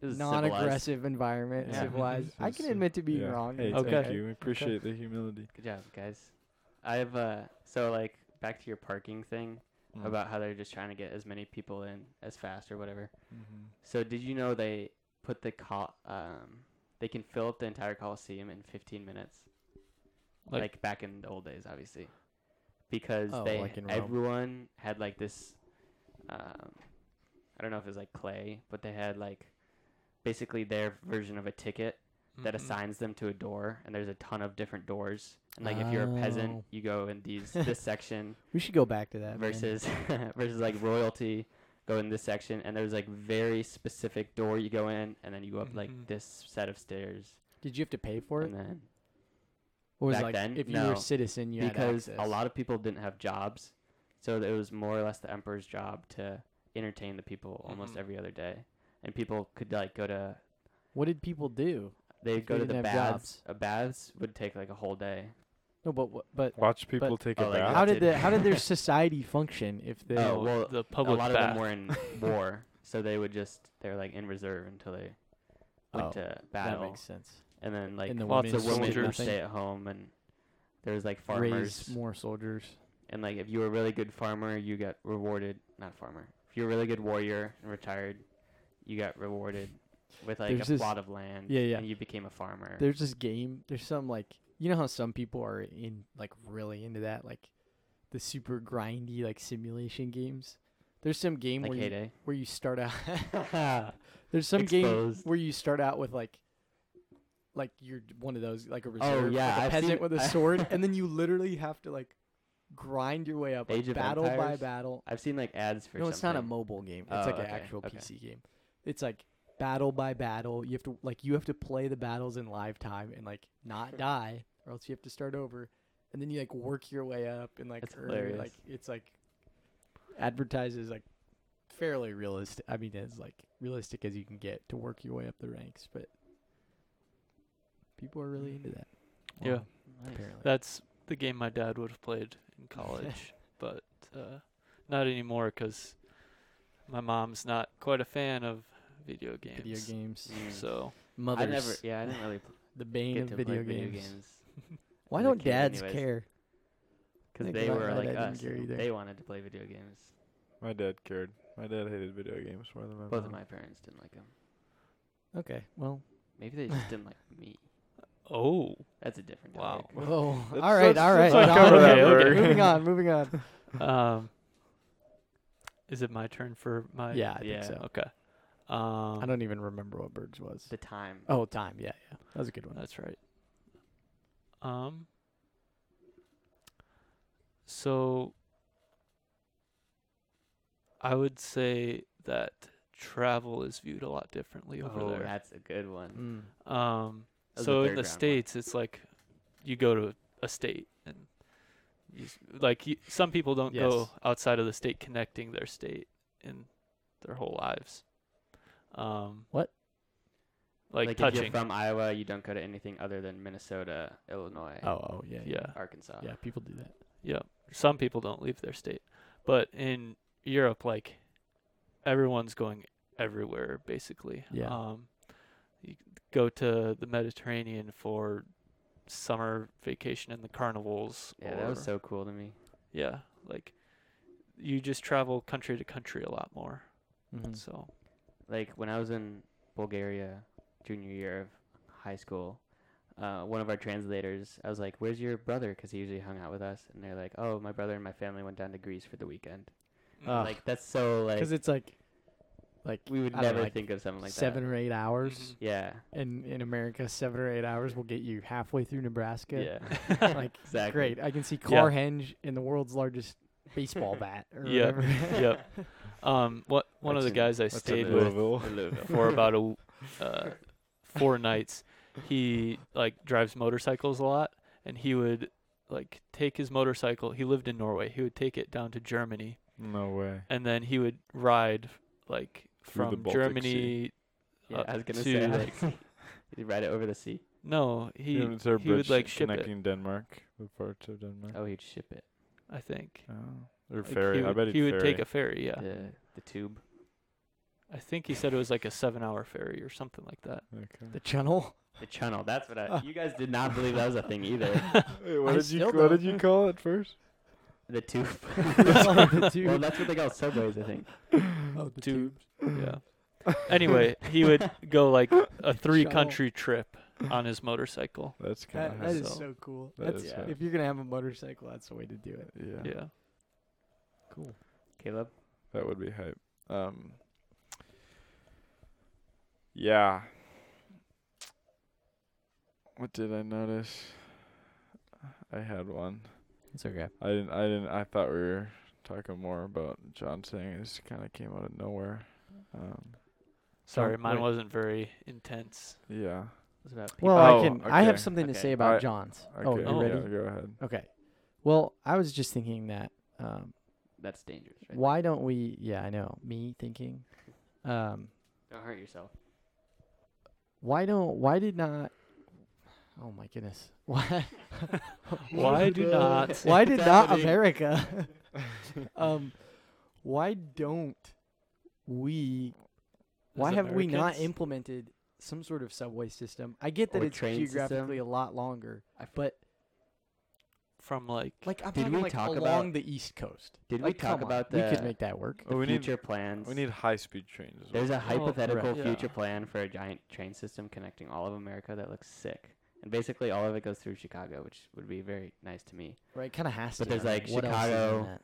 S2: This is civilized.
S1: non-aggressive environment.
S2: Yeah.
S1: Civilized. I
S3: This
S1: can
S3: is, uh,
S1: admit to being
S3: yeah.
S1: wrong.
S3: Hey,
S1: It's
S4: Okay.
S3: thank you. We appreciate the humility.
S2: Good job, guys. I've uh so like back to your parking thing
S1: Mm.
S2: about how they're just trying to get as many people in as fast or whatever.
S3: Mhm.
S2: So did you know they put the col um they can fill up the entire Coliseum in 15 minutes?
S4: Like-
S2: Like, back in the old days, obviously, because
S1: Oh,
S2: they
S1: like in Rome.
S2: everyone had like this. Um, I don't know if it was like clay, but they had like basically their version of a ticket *laughs*
S1: Mm-hmm.
S2: that
S4: Mhm.
S2: assigns them to a door, and there's a ton of different doors. And like if you're a peasant,
S1: Oh.
S2: you go in
S1: *laughs*
S2: these this section
S1: We should go back to that. man.
S2: versus *laughs* versus like royalty go in this section and there's like very specific door you go in and then you go up
S4: Mhm.
S2: like this set of stairs
S1: Did you have to pay for it?
S2: and then
S1: Or was it
S2: back
S1: like
S2: then?
S1: if you were
S2: No,
S1: a citizen, you
S2: because
S1: had
S2: a
S1: access?
S2: lot of people didn't have jobs so it was more or less the emperor's job to entertain the people almost
S4: Mhm.
S2: every other day and people could like go to
S1: What did people do?
S2: they'd
S1: If
S2: go
S1: they
S2: to the
S1: didn't have
S2: baths uh, baths would take like a whole day
S1: No, but what- but
S3: Watch people take
S2: Oh,
S3: a
S2: like
S3: bath.
S1: how did
S2: did-
S1: the how did their society function if they?
S2: Oh, well,
S4: the public
S2: a lot
S4: bath.
S2: of them were in
S4: *laughs*
S2: war so they would just they're like in reserve until they went
S1: Oh,
S2: to
S1: that
S2: battle
S1: makes sense.
S2: and then like
S1: and the
S4: lots
S1: women
S2: the
S4: of
S1: just
S2: women
S1: did
S2: would
S1: nothing,
S2: stay at home and there was like farmers
S1: raise more soldiers.
S2: and like if you were a really good farmer you got rewarded not farmer if you're a really good warrior and retired you got rewarded with like
S1: There's
S2: a
S1: this-
S2: plot of land
S1: yeah, yeah.
S2: and you became a farmer
S1: There's this game. There's some like you know how some people are in like really into that like the super grindy like simulation games. There's some game
S2: like
S1: where you,
S2: heyday
S1: where you start out.
S2: *laughs*
S1: *laughs* there's some game
S2: Exposed.
S1: where you start out with like like you're one of those like a reserve like
S2: Oh, yeah,
S1: a
S2: I've
S1: peasant
S2: seen-
S1: with
S2: *laughs*
S1: a sword and then you literally have to like grind your way up like,
S2: Age of
S1: battle by
S2: Empires?
S1: battle
S2: i've seen like ads for
S1: no,
S2: something.
S1: it's not a mobile game. It's
S2: Oh,
S1: like an
S2: okay,
S1: actual
S2: okay.
S1: PC game. It's like battle by battle. You have to like you have to play the battles in live time and like
S2: *laughs*
S1: not die, or else you have to start over. And then you like work your way up and like
S2: That's
S1: earn-
S2: hilarious.
S1: like it's like advertises like fairly realistic. I mean, as like realistic as you can get to work your way up the ranks, but people are really into that.
S4: Yeah.
S1: Well,
S2: Mm, Nice.
S1: apparently.
S2: *laughs*
S4: That's the game my dad would have played in college, but uh, Not anymore, 'cause my mom's not quite a fan of video games.
S1: Video games.
S2: Mm.
S4: So
S2: I
S1: Mothers.
S2: never. Yeah, I didn't really p-
S1: the bane
S2: get
S1: of
S2: to
S1: video
S2: play video
S1: games.
S2: games
S1: Why
S2: as a
S1: don't
S2: kid
S1: dads
S2: anyways.
S1: care?
S2: because
S1: Yeah,
S2: they
S1: 'cause I-
S2: were
S1: I- I
S2: like
S1: didn't
S2: us.
S1: care either.
S2: They wanted to play video games.
S3: My dad cared. My dad hated video games more than my
S2: Both of
S3: mom.
S2: my parents didn't like them.
S1: Okay. Well.
S2: Maybe they
S1: *laughs*
S2: just didn't like me.
S4: oh,
S2: That's a different
S4: Wow.
S2: topic.
S1: Whoa.
S3: Let's-
S1: all right.
S3: let's-
S1: All right.
S3: let's not
S1: on,
S4: cover that
S1: okay,
S4: bird.
S1: moving on. Moving
S2: *laughs*
S1: on.
S4: um, is it my turn for my?
S1: yeah. I think
S2: yeah.
S1: so.
S4: Okay. Um,
S1: I don't even remember what birds was.
S2: The time.
S1: Oh, time. Yeah. Yeah. That was a good one.
S4: That's right. Um. So I would say that travel is viewed a lot differently over
S2: Oh,
S4: there.
S2: that's a good one.
S1: Mm.
S4: Um.
S2: That was the
S4: so
S2: third
S4: in the
S2: round one.
S4: states, it's like you go to a state and you, s- like you, some people don't go
S1: Yes.
S4: outside of the state, connecting their state in their whole lives. Um.
S1: What?
S4: Like,
S2: if
S4: touching.
S2: you're from Iowa, you don't go to anything other than Minnesota, Illinois,
S1: Oh. Oh. Yeah. Yeah.
S4: yeah.
S2: Arkansas.
S1: Yeah. People do that.
S4: Yeah. Some people don't leave their state. But in Europe, like everyone's going everywhere basically.
S1: Yeah.
S4: Um you go to the Mediterranean for summer vacation and the carnivals.
S2: Yeah, that was
S4: or-
S2: so cool to me.
S4: yeah. Like you just travel country to country a lot more.
S2: Mm.
S1: Mhm.
S4: So
S2: Like when I was in Bulgaria, junior year of high school, uh, one of our translators, I was like, "Where's your brother?" Because he usually hung out with us, and they're like, "Oh, my brother and my family went down to Greece for the weekend."
S1: Ah.
S4: Mm-hmm.
S2: Like that's so like
S1: Because it's like, like
S2: we would
S1: I don't know,
S2: never
S1: like
S2: think of something like Mm-hmm.
S1: seven or eight hours.
S4: Mhm.
S2: that. Yeah,
S1: in in America, seven or eight hours will get you halfway through Nebraska.
S2: yeah,
S1: *laughs* like
S2: *laughs* exactly.
S1: great, I can see
S4: Yeah.
S1: Carhenge in the world's largest
S2: *laughs*
S1: baseball bat or
S4: Yeah.
S1: whatever. *laughs*
S4: yep. Um what one of
S2: That's
S4: the
S2: in-
S4: guys I
S3: That's in
S4: stayed with
S3: Louisville. *laughs*
S4: for about a w- uh, four nights. He like drives motorcycles a lot, and he would like take his motorcycle. He lived in Norway. He would take it down to Germany,
S3: No way.
S4: and then he would ride like
S3: Through the
S4: from
S3: Baltic Sea.
S4: Germany.
S2: Yeah,
S4: up
S2: I was gonna
S4: to,
S2: say
S4: like,
S2: *laughs* like, you ride it over the sea.
S4: no, he
S3: You know, is there a
S4: he would
S3: bridge
S4: like ship it.
S3: connecting Denmark with parts of Denmark.
S2: Oh, he'd ship it.
S4: I think.
S3: Oh. Or
S4: Like,
S3: ferry.
S4: He
S3: I
S4: would,
S3: bet he'd
S4: he would
S3: ferry.
S4: take a ferry. Yeah.
S2: The the tube.
S4: I think he said it was like a seven-hour ferry or something like that.
S1: The channel.
S2: The channel. That's what I. You guys did not believe that was a thing either.
S3: *laughs* Wait, what
S1: I
S3: did you
S1: still
S3: what
S1: don't.
S3: did you call it first?
S2: *laughs* The tube. *laughs*
S1: The
S2: Well,
S1: tube.
S2: that's what they call subways, I think.
S1: *laughs* Oh, the
S4: Tubes. Yeah. Anyway, he would go like a three-country trip on his motorcycle.
S3: That's kind
S1: That,
S3: of
S1: that is
S4: So-
S1: so cool.
S3: that
S1: That's
S3: is Yeah.
S1: if you're gonna have a motorcycle, that's the way to do it.
S3: yeah.
S4: Yeah.
S1: Cool.
S2: Caleb.
S3: That would be hype. Um, yeah. What did I notice? I had one.
S1: It's okay.
S3: I didn't. I didn't. I thought we were talking more about John saying it just kind of came out of nowhere. Um,
S4: Sorry,
S1: Um,
S4: mine
S1: wait.
S4: wasn't very intense.
S3: yeah.
S2: It's about people.
S1: Well,
S3: Oh,
S1: I can. I have
S3: okay.
S1: something to
S2: Okay.
S1: say about
S3: Alright.
S1: John's.
S3: Okay.
S1: Oh, you
S4: Oh.
S1: ready?
S3: Yeah, go ahead.
S1: Okay. Well, I was just thinking that um,
S2: That's dangerous. Right?
S1: why don't we? Yeah, I know. Me thinking. Um,
S2: Don't hurt yourself.
S1: why don't? Why did not? Oh my goodness. *laughs* Why?
S4: Why do not?
S1: why did not
S2: Happening.
S1: America?
S3: *laughs*
S1: um, why don't we? Why
S4: As
S1: have we not
S4: Americans?
S1: implemented some sort of subway system? I get that
S2: Or
S1: it's
S2: train
S1: geographically
S2: system?
S1: a lot longer,
S2: I f-
S1: but
S4: from like,
S1: like I'm
S2: Did
S1: talking
S2: we
S1: like
S2: talk about-
S1: along the East Coast.
S2: Did
S1: Like,
S2: we talk
S1: come on,
S2: about
S1: we
S2: the
S1: could make that work.
S3: Oh, we need.
S2: future plans?
S3: We need Oh, high-speed trains. is
S2: There's
S3: what
S2: a
S3: we need.
S2: hypothetical
S4: correct.
S2: future
S4: Yeah.
S2: plan for a giant train system connecting all of America that looks sick. And basically, all of it goes through Chicago, which would be very nice to me.
S1: Right, kind of has
S2: But
S1: to.
S2: there's,
S1: I mean,
S2: like,
S1: what else is in
S2: Chicago,
S1: that?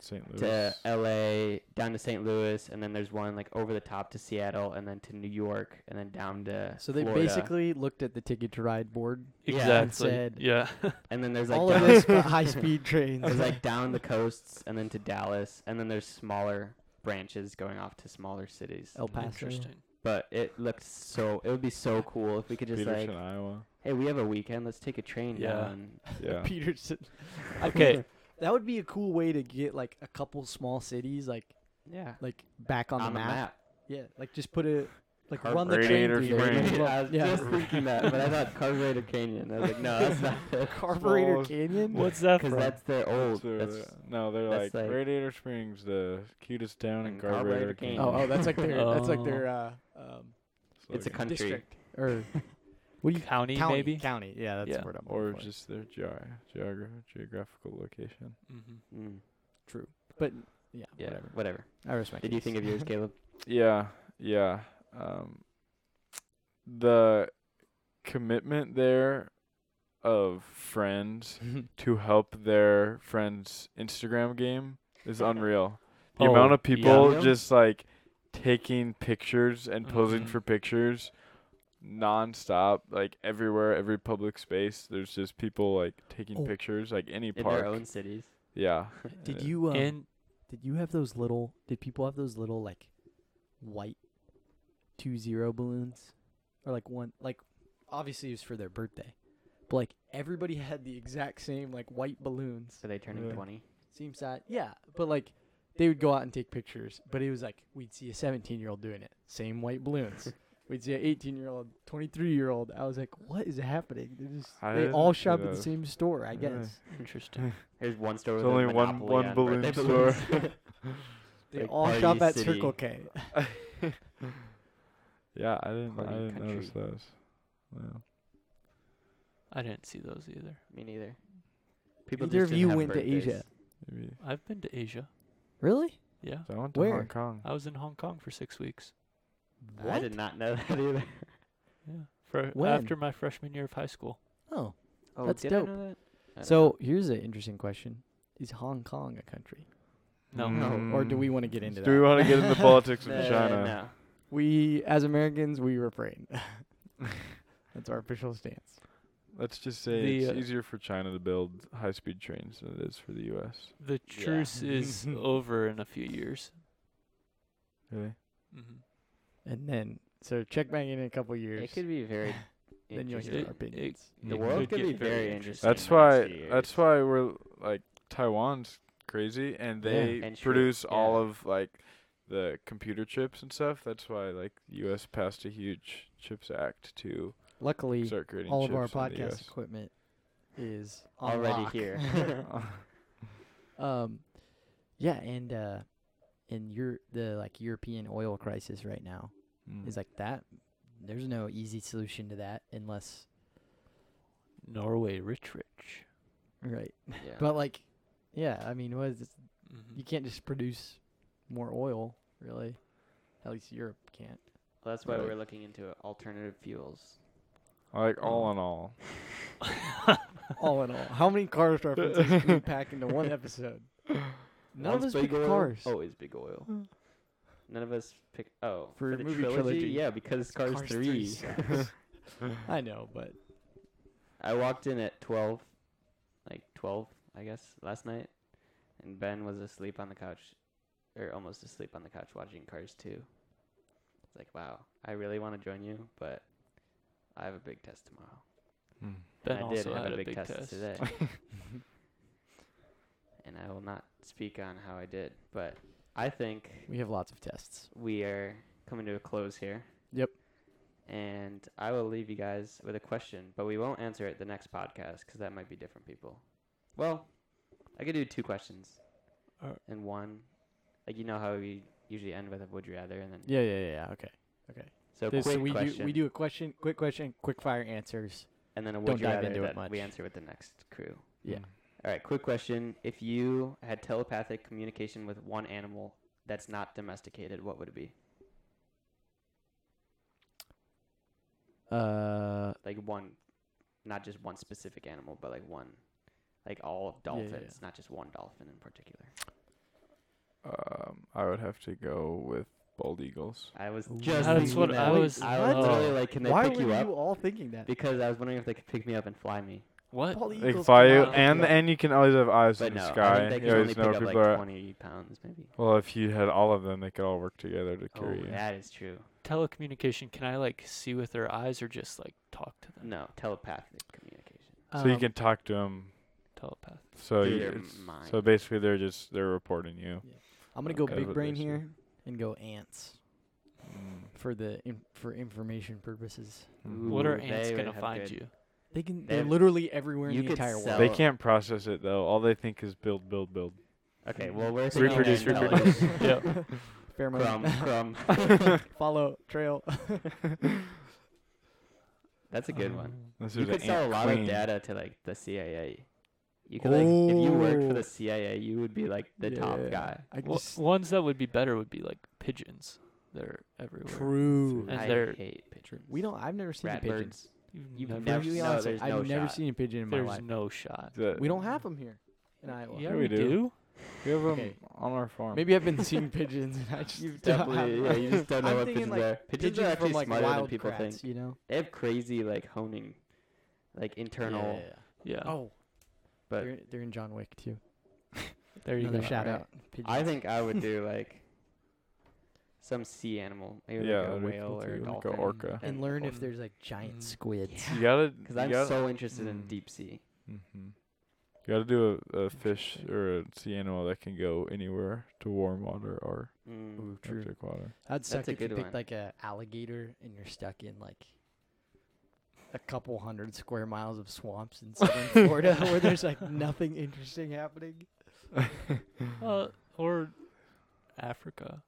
S3: St.
S2: to
S3: Louis.
S2: LA, down to St. Louis, and then there's one like over the top to Seattle, and then to New York, and then down to
S1: So they
S2: Florida.
S1: basically looked at the ticket to ride board.
S2: Yeah.
S4: exactly.
S1: Said-
S4: Yeah.
S2: and then there's like
S1: all
S2: *laughs* down,
S1: of this for high speed trains.
S2: there's like down the coasts, and then to Dallas, and then there's smaller branches going off to smaller cities.
S1: *laughs*
S4: *laughs*
S1: El Paso.
S4: Interesting.
S2: But it looked so it would be so cool if we could just
S3: Peterson,
S2: like, *laughs*
S3: Iowa.
S2: hey, we have a weekend, let's take a train
S4: Yeah.
S2: down.
S3: Yeah.
S2: *laughs*
S1: Peterson. I think
S4: Okay.
S1: *laughs* That would be a cool way to get like a couple small cities like
S2: Yeah,
S1: like back on, the, map. Yeah, like just put a Like
S2: Carb-
S1: run the train
S3: radiator
S1: through there.
S3: train.
S1: you *laughs*
S2: Canyon.
S1: know,
S2: *laughs* I
S1: well,
S2: was
S1: yeah.
S2: just thinking that, but I thought Carburetor Canyon. I was like, no, that's
S1: *laughs*
S2: not it.
S1: Carburetor
S3: Balls.
S1: Canyon.
S4: What's that
S2: Because
S4: from?
S2: that's the old.
S3: So
S2: That's,
S3: they're- no, they're
S2: that's
S3: like,
S2: like-
S3: Radiator Springs, the cutest town in
S2: And Carburetor
S3: Carburetor
S2: Canyon. oh,
S1: Oh, oh, that's like their. That's like
S4: Oh.
S1: their uh, um,
S2: it's a
S3: Slogan.
S2: country. *laughs*
S1: district or what do you
S4: County,
S1: county
S4: maybe.
S1: county? Yeah, that's
S4: Yeah.
S1: the word I'm
S3: or
S1: looking for.
S3: just their geogra- geogra- geographical location.
S4: Mhm.
S2: Mm,
S1: true. But yeah,
S2: yeah, whatever.
S1: whatever. I respect.
S2: Did you think
S1: *laughs*
S2: of yours, Caleb?
S3: Yeah, yeah. Um, the commitment there of friends
S1: you?
S3: to help their friends' Instagram game is unreal. The
S4: Oh,
S3: amount of
S4: yeah.
S3: people
S2: Yeah.
S3: just like taking pictures and posing
S4: Mhm.
S3: for pictures nonstop, like everywhere, every public space. There's just people like taking
S1: Oh.
S3: pictures, like any
S2: In
S3: park.
S2: their own cities.
S3: Yeah.
S1: did
S3: Uh,
S1: you? Um,
S4: And
S1: did you have those little? Did people have those little like white two zero balloons, or like one like? Obviously, it was for their birthday, but like everybody had the exact same like white balloons.
S2: So they turning
S3: Yeah.
S2: 20.
S1: Seems sad. Yeah, but like they would go out and take pictures, but it was like we'd see a 17 year old doing it, same white
S3: *laughs*
S1: balloons. we'd see an 18 year old, 23 year old. I was like, what is happening? They just
S3: I
S1: they
S3: didn't
S1: all
S3: see
S1: shop at the
S3: those.
S1: same store, I
S3: Yeah.
S1: guess.
S4: interesting.
S2: There's one store.
S3: There's
S2: with a
S3: only one-
S2: monopoly
S3: one
S2: on
S3: balloon
S2: birthday
S3: store.
S2: balloons. *laughs*
S1: They
S2: Like
S1: all
S2: Party
S1: shop at
S2: City.
S1: Circle K.
S3: *laughs* yeah, I didn't. I
S2: Party
S3: didn't
S2: country.
S3: notice those. Wow.
S4: I didn't see those either.
S2: Me neither. People
S1: Neither
S2: just
S1: of
S2: didn't
S1: you
S2: have
S1: went to Asia.
S2: birthdays.
S3: Maybe.
S4: I've been to Asia.
S1: *laughs* Really?
S4: Yeah,
S3: So I went to
S1: Where?
S3: Hong Kong.
S4: I was in Hong Kong for six weeks.
S2: I did not know that *laughs* either.
S4: Yeah, for
S1: When?
S4: after my freshman year of high school.
S1: Oh.
S2: Oh,
S1: That's
S2: did I
S1: dope.
S2: know that? I don't
S1: So here's an interesting question. Is Hong Kong a country?
S4: No,
S3: Mm.
S1: Or do we want to get into
S3: Do
S1: that?
S3: we want to get into
S1: *laughs*
S3: politics
S2: know.
S3: with
S2: No,
S3: China?
S2: no.
S1: we as Americans, we
S3: *laughs*
S1: refrain. That's our official stance.
S3: Let's just say
S4: The,
S3: it's
S4: uh,
S3: easier for China to build high-speed trains than it is for the U.S.
S4: the truce is over in a few years.
S3: Really?
S4: hmm
S1: And then, so check back in a couple years.
S2: It could be very.
S1: then you'll
S2: interesting.
S1: hear
S4: It-
S1: our
S4: it-
S1: opinions.
S2: The
S4: it
S2: world could
S4: get
S2: be very interesting.
S3: That's
S2: in the next
S3: why.
S2: few
S3: That's
S2: years.
S3: why we're like Taiwan's crazy, and
S1: Yeah.
S3: they
S2: And shit,
S3: produce all
S2: yeah.
S3: of like the computer chips and stuff. That's why like U.S. passed a huge Chips Act to
S1: Luckily,
S3: start creating
S1: all of
S3: chips
S1: our
S3: in the
S1: podcast
S3: US.
S1: equipment is on *laughs*
S2: already
S1: lock.
S2: here. *laughs*
S1: um, yeah, and uh, and your the like European oil crisis right now
S3: Mm.
S1: is like that. There's no easy solution to that unless
S4: Norway rich rich.
S1: right.
S2: Yeah.
S1: But like, yeah, I mean, what is this?
S4: Mhm.
S1: you can't just produce more oil, really. At least Europe can't.
S2: Well, that's why
S3: Right.
S2: we're looking into alternative fuels.
S3: like
S1: mm.
S3: all in all.
S1: all in all, how many cars references *laughs* can we pack into one episode? None of
S2: Once
S1: us pick
S2: oil,
S1: cars.
S2: Always big oil. None of us pick. Oh,
S1: For
S2: the
S1: movie
S2: trilogy,
S1: trilogy.
S2: yeah, because Cars,
S1: Cars
S2: three. *laughs*
S1: sucks. I know, but
S2: I walked in at twelve, like twelve, I guess, last night, and Ben was asleep on the couch, or almost asleep on the couch watching Cars two. It's like, wow, I really want to join you, but I have a big test tomorrow.
S3: Mm.
S4: Ben
S2: I
S4: also
S2: did have
S4: had
S2: a big, test,
S1: *laughs*
S2: today. and I will not speak on how I did, but I think
S1: we have lots of tests.
S2: we are coming to a close here.
S1: Yep.
S2: And I will leave you guys with a question, but we won't answer it the next podcast because that might be different people. Well, I could do two questions.
S4: Uh,
S2: and one, like you know how we usually end with a would you rather, and then
S1: Yeah, yeah, yeah. yeah, Okay. Okay.
S2: so
S1: This-
S2: quick
S1: so we
S2: question,
S1: do we do a question, quick question, quick fire answers.
S2: and then a
S1: don't
S2: would you
S1: dive
S2: rather
S1: into it
S2: that we
S1: much.
S2: answer with the next crew.
S1: Yeah.
S3: Mm.
S2: All right, quick question: If you had telepathic communication with one animal that's not domesticated, what would it be?
S1: Uh,
S2: like one, not just one specific animal, but like one, like all of
S1: Yeah, yeah,
S2: dolphins, not just one dolphin in particular.
S3: Um, I would have to go with bald eagles.
S2: I was
S1: Ooh.
S2: just
S4: That's
S2: thinking
S4: what
S2: that.
S4: I was-
S2: I was
S4: What?
S2: literally like, can they
S1: uh, why
S2: pick
S1: were
S2: you
S1: you,
S2: up?
S1: all thinking that?
S2: Because I was wondering if they could pick me up and fly me.
S4: What?
S1: Bald
S3: They
S1: eagles
S3: fly you,
S1: cannot pick
S3: and
S1: up.
S3: and you can always have eyes
S2: But
S3: in the
S2: no, I
S3: sky.
S2: think they
S3: You
S2: can
S3: always
S2: only
S3: know
S2: pick
S3: where
S2: up
S3: people
S2: like
S3: are. at.
S2: twenty pounds, maybe.
S3: Well, if you had all of them, they could all work together to
S2: Oh,
S3: carry you.
S2: that is true.
S4: Telecommunication. Can I like see with their eyes or just like talk to them?
S2: No, telepathic communication.
S3: So
S4: Oh.
S3: you
S1: Um,
S3: can talk to them.
S4: Telepath.
S3: So
S2: Through
S3: you,
S2: their
S3: it's-
S2: mind.
S3: so basically, they're just they're reporting you.
S1: I'm gonna go
S3: Okay.
S1: big
S3: But
S1: brain
S3: they say-
S1: here and go ants.
S3: Mm.
S1: for the in, for information purposes.
S4: what are
S2: Ooh,
S4: ants
S2: they would
S4: gonna
S2: have
S4: find
S2: good-
S4: you?
S1: They can.
S2: They
S1: They're
S2: have-
S1: literally everywhere in
S2: you
S1: the
S2: could
S1: entell.
S2: sell-
S3: They
S2: Oh.
S3: can't process it though. All they think is build, build, build.
S2: Okay, well we're thinking
S4: Reproduce,
S2: ant
S4: reproduce.
S1: *laughs*
S2: colonies.
S4: Yep.
S2: crumb,
S1: Pheromone.
S2: crumb.
S1: *laughs* Follow
S2: *laughs*
S1: trail.
S2: That's a
S4: Um,
S2: good one.
S3: This
S2: you
S3: is an
S2: could sell a
S3: ant
S2: lot
S3: queen.
S2: of data to like the CIA. You could like if you worked for
S1: Oh.
S2: the CIA, you would be like the top
S1: Yeah.
S2: guy.
S1: I
S4: Wha-
S1: just-
S4: ones that would be better would be like pigeons. They're everywhere.
S1: true.
S4: And
S2: I
S4: they're-
S2: hate pigeons.
S1: We don't. I've never seen a
S2: rat
S1: pigeon. *laughs*
S2: birds. You've
S1: For
S2: never-
S1: you,
S2: no,
S1: honestly,
S2: there's
S1: I've
S2: no
S1: never
S2: shot.
S1: seen a pigeon in my
S4: There's
S1: life.
S4: no shot.
S3: The-
S1: We don't have them here in Iowa.
S4: Yeah,
S3: Sure
S4: we,
S3: we do.
S4: do.
S3: We have 'em
S1: Okay.
S3: on our farm.
S1: Maybe I've been seeing pigeons and
S2: *laughs*
S1: I just
S2: You've
S1: don't have
S2: definitely, yeah,
S1: them.
S2: you just don't know
S1: I'm
S2: what
S1: thinking,
S2: pigeons
S1: like,
S2: are. Pigeons are actually
S1: from like
S2: smarter than
S1: wild
S2: people
S1: crats,
S2: think.
S1: you know.
S2: They have crazy like honing, like internal.
S1: Yeah, yeah,
S4: Yeah.
S1: yeah. Oh,
S2: But
S1: they're, they're in John Wick too.
S4: there you
S1: Another
S4: go.
S1: shout
S2: Alright.
S1: out. Pigeons.
S2: I think
S1: *laughs*
S2: I would do like some sea animal, maybe
S3: Yeah,
S2: like a
S3: that'd be
S2: whale
S3: cool
S2: or a
S3: too, like a
S2: dolphin,
S3: orca.
S1: *laughs*
S3: And
S1: and learn if
S2: or-
S1: there's like giant
S4: Mm.
S1: squids.
S3: you gotta.
S2: Because I'm
S3: you gotta,
S2: so interested in
S1: Hmm.
S3: Mm.
S2: deep sea.
S3: Mm-hmm. You gotta do a, a fish or a sea animal that can go anywhere to warm water or
S2: Mm.
S1: Ooh, true.
S3: arctic water.
S1: That'd suck
S2: a
S1: if you
S2: good
S1: picked
S2: one.
S1: like a alligator and you're stuck in like a couple hundred square miles of swamps in
S2: *laughs*
S1: southern Florida where there's like nothing interesting happening.
S4: Uh, or Africa.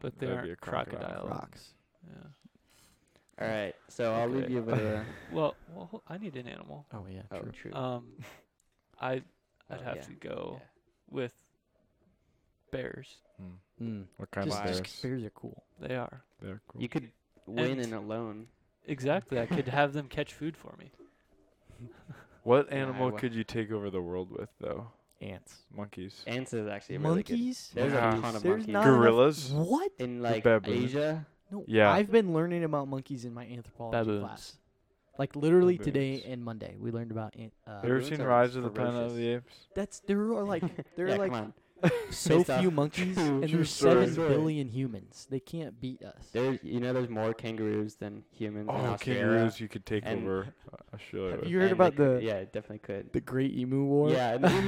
S4: But they
S3: That'd be a
S4: aren't
S3: crocodile.
S2: Oh.
S4: crocodile.
S1: Rocks.
S4: Yeah.
S2: All right, so I'll leave
S4: Okay.
S2: you
S1: *laughs*
S2: with a.
S4: Well, well, hol- I need an animal.
S1: Oh yeah,
S2: Oh,
S1: true.
S2: true.
S4: Um, I I'd
S2: Oh,
S4: have
S2: yeah,
S4: to go
S2: yeah.
S4: with bears.
S3: Mm.
S1: Mm.
S3: What kind
S1: Just,
S3: of
S1: just
S3: bears?
S1: 'cause bears are cool.
S4: They are
S3: They're cool.
S2: You could win
S4: And-
S2: in alone.
S4: exactly. I could have them catch food for me.
S3: what
S2: Yeah, I
S3: animal
S2: wa-
S3: could you take over the world with though?
S1: Ants.
S3: Monkeys.
S2: Ants is actually a really good.
S1: Monkeys?
S2: There's
S3: Yeah.
S2: a ton of
S1: There's
S2: monkeys
S3: Uh,
S1: not enough-
S3: Gorillas.
S1: What?
S2: in like
S3: baboons.
S2: Asia.
S1: No.
S3: Yeah.
S1: I've been learning about monkeys in my anthropology class.
S4: Baboons.
S1: Like literally today
S3: Baboons.
S1: and Monday, we learned about ant. Uh,
S3: Have you ever
S2: Baboons
S3: seen
S2: are
S3: Rise of the Planet
S2: ferocious.
S3: of the Apes?
S1: that's there are like
S2: *laughs*
S1: there are
S2: yeah,
S1: like
S2: come on.
S1: so
S2: Based off
S1: few monkeys,
S2: true-
S1: and
S2: true
S1: there's
S2: story.
S1: seven billion humans. They can't beat us.
S2: There, you know, there's more kangaroos than humans. in
S3: Oh,
S2: Australia.
S3: kangaroos! You could take
S2: and-
S3: *laughs* over Australia.
S2: Have
S3: with.
S1: you heard
S2: And they
S1: about
S2: could-
S1: the-
S2: Yeah, it definitely could.
S1: The Great Emu War.
S2: Yeah, and the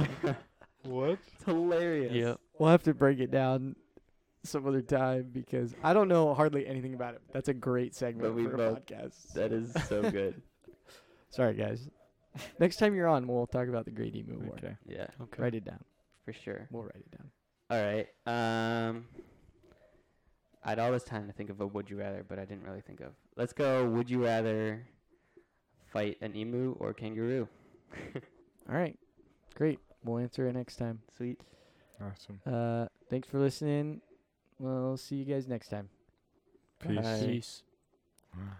S1: *laughs*
S2: emus win.
S3: What?
S2: it's hilarious.
S4: Yep.
S1: We'll have to break it down some other time because I don't know hardly anything about it. That's a great segment
S2: we
S1: for a
S2: both-
S1: podcast.
S2: That is
S1: *laughs*
S2: so good.
S1: Sorry, guys. Next time you're on, we'll talk about the Great Emu War.
S3: *laughs* Okay.
S2: Yeah,
S4: Okay.
S1: Write it down.
S2: for sure.
S1: We'll write it down.
S2: All right. Um, I had all this time to think of a would you rather, but I didn't really think of. Let's go. Would you rather fight an emu or kangaroo? *laughs*
S1: All right. Great. We'll answer it next time.
S2: Sweet.
S3: Awesome.
S1: Uh, thanks for listening. We'll see you guys next time.
S3: Peace.
S2: Bye.
S4: Peace.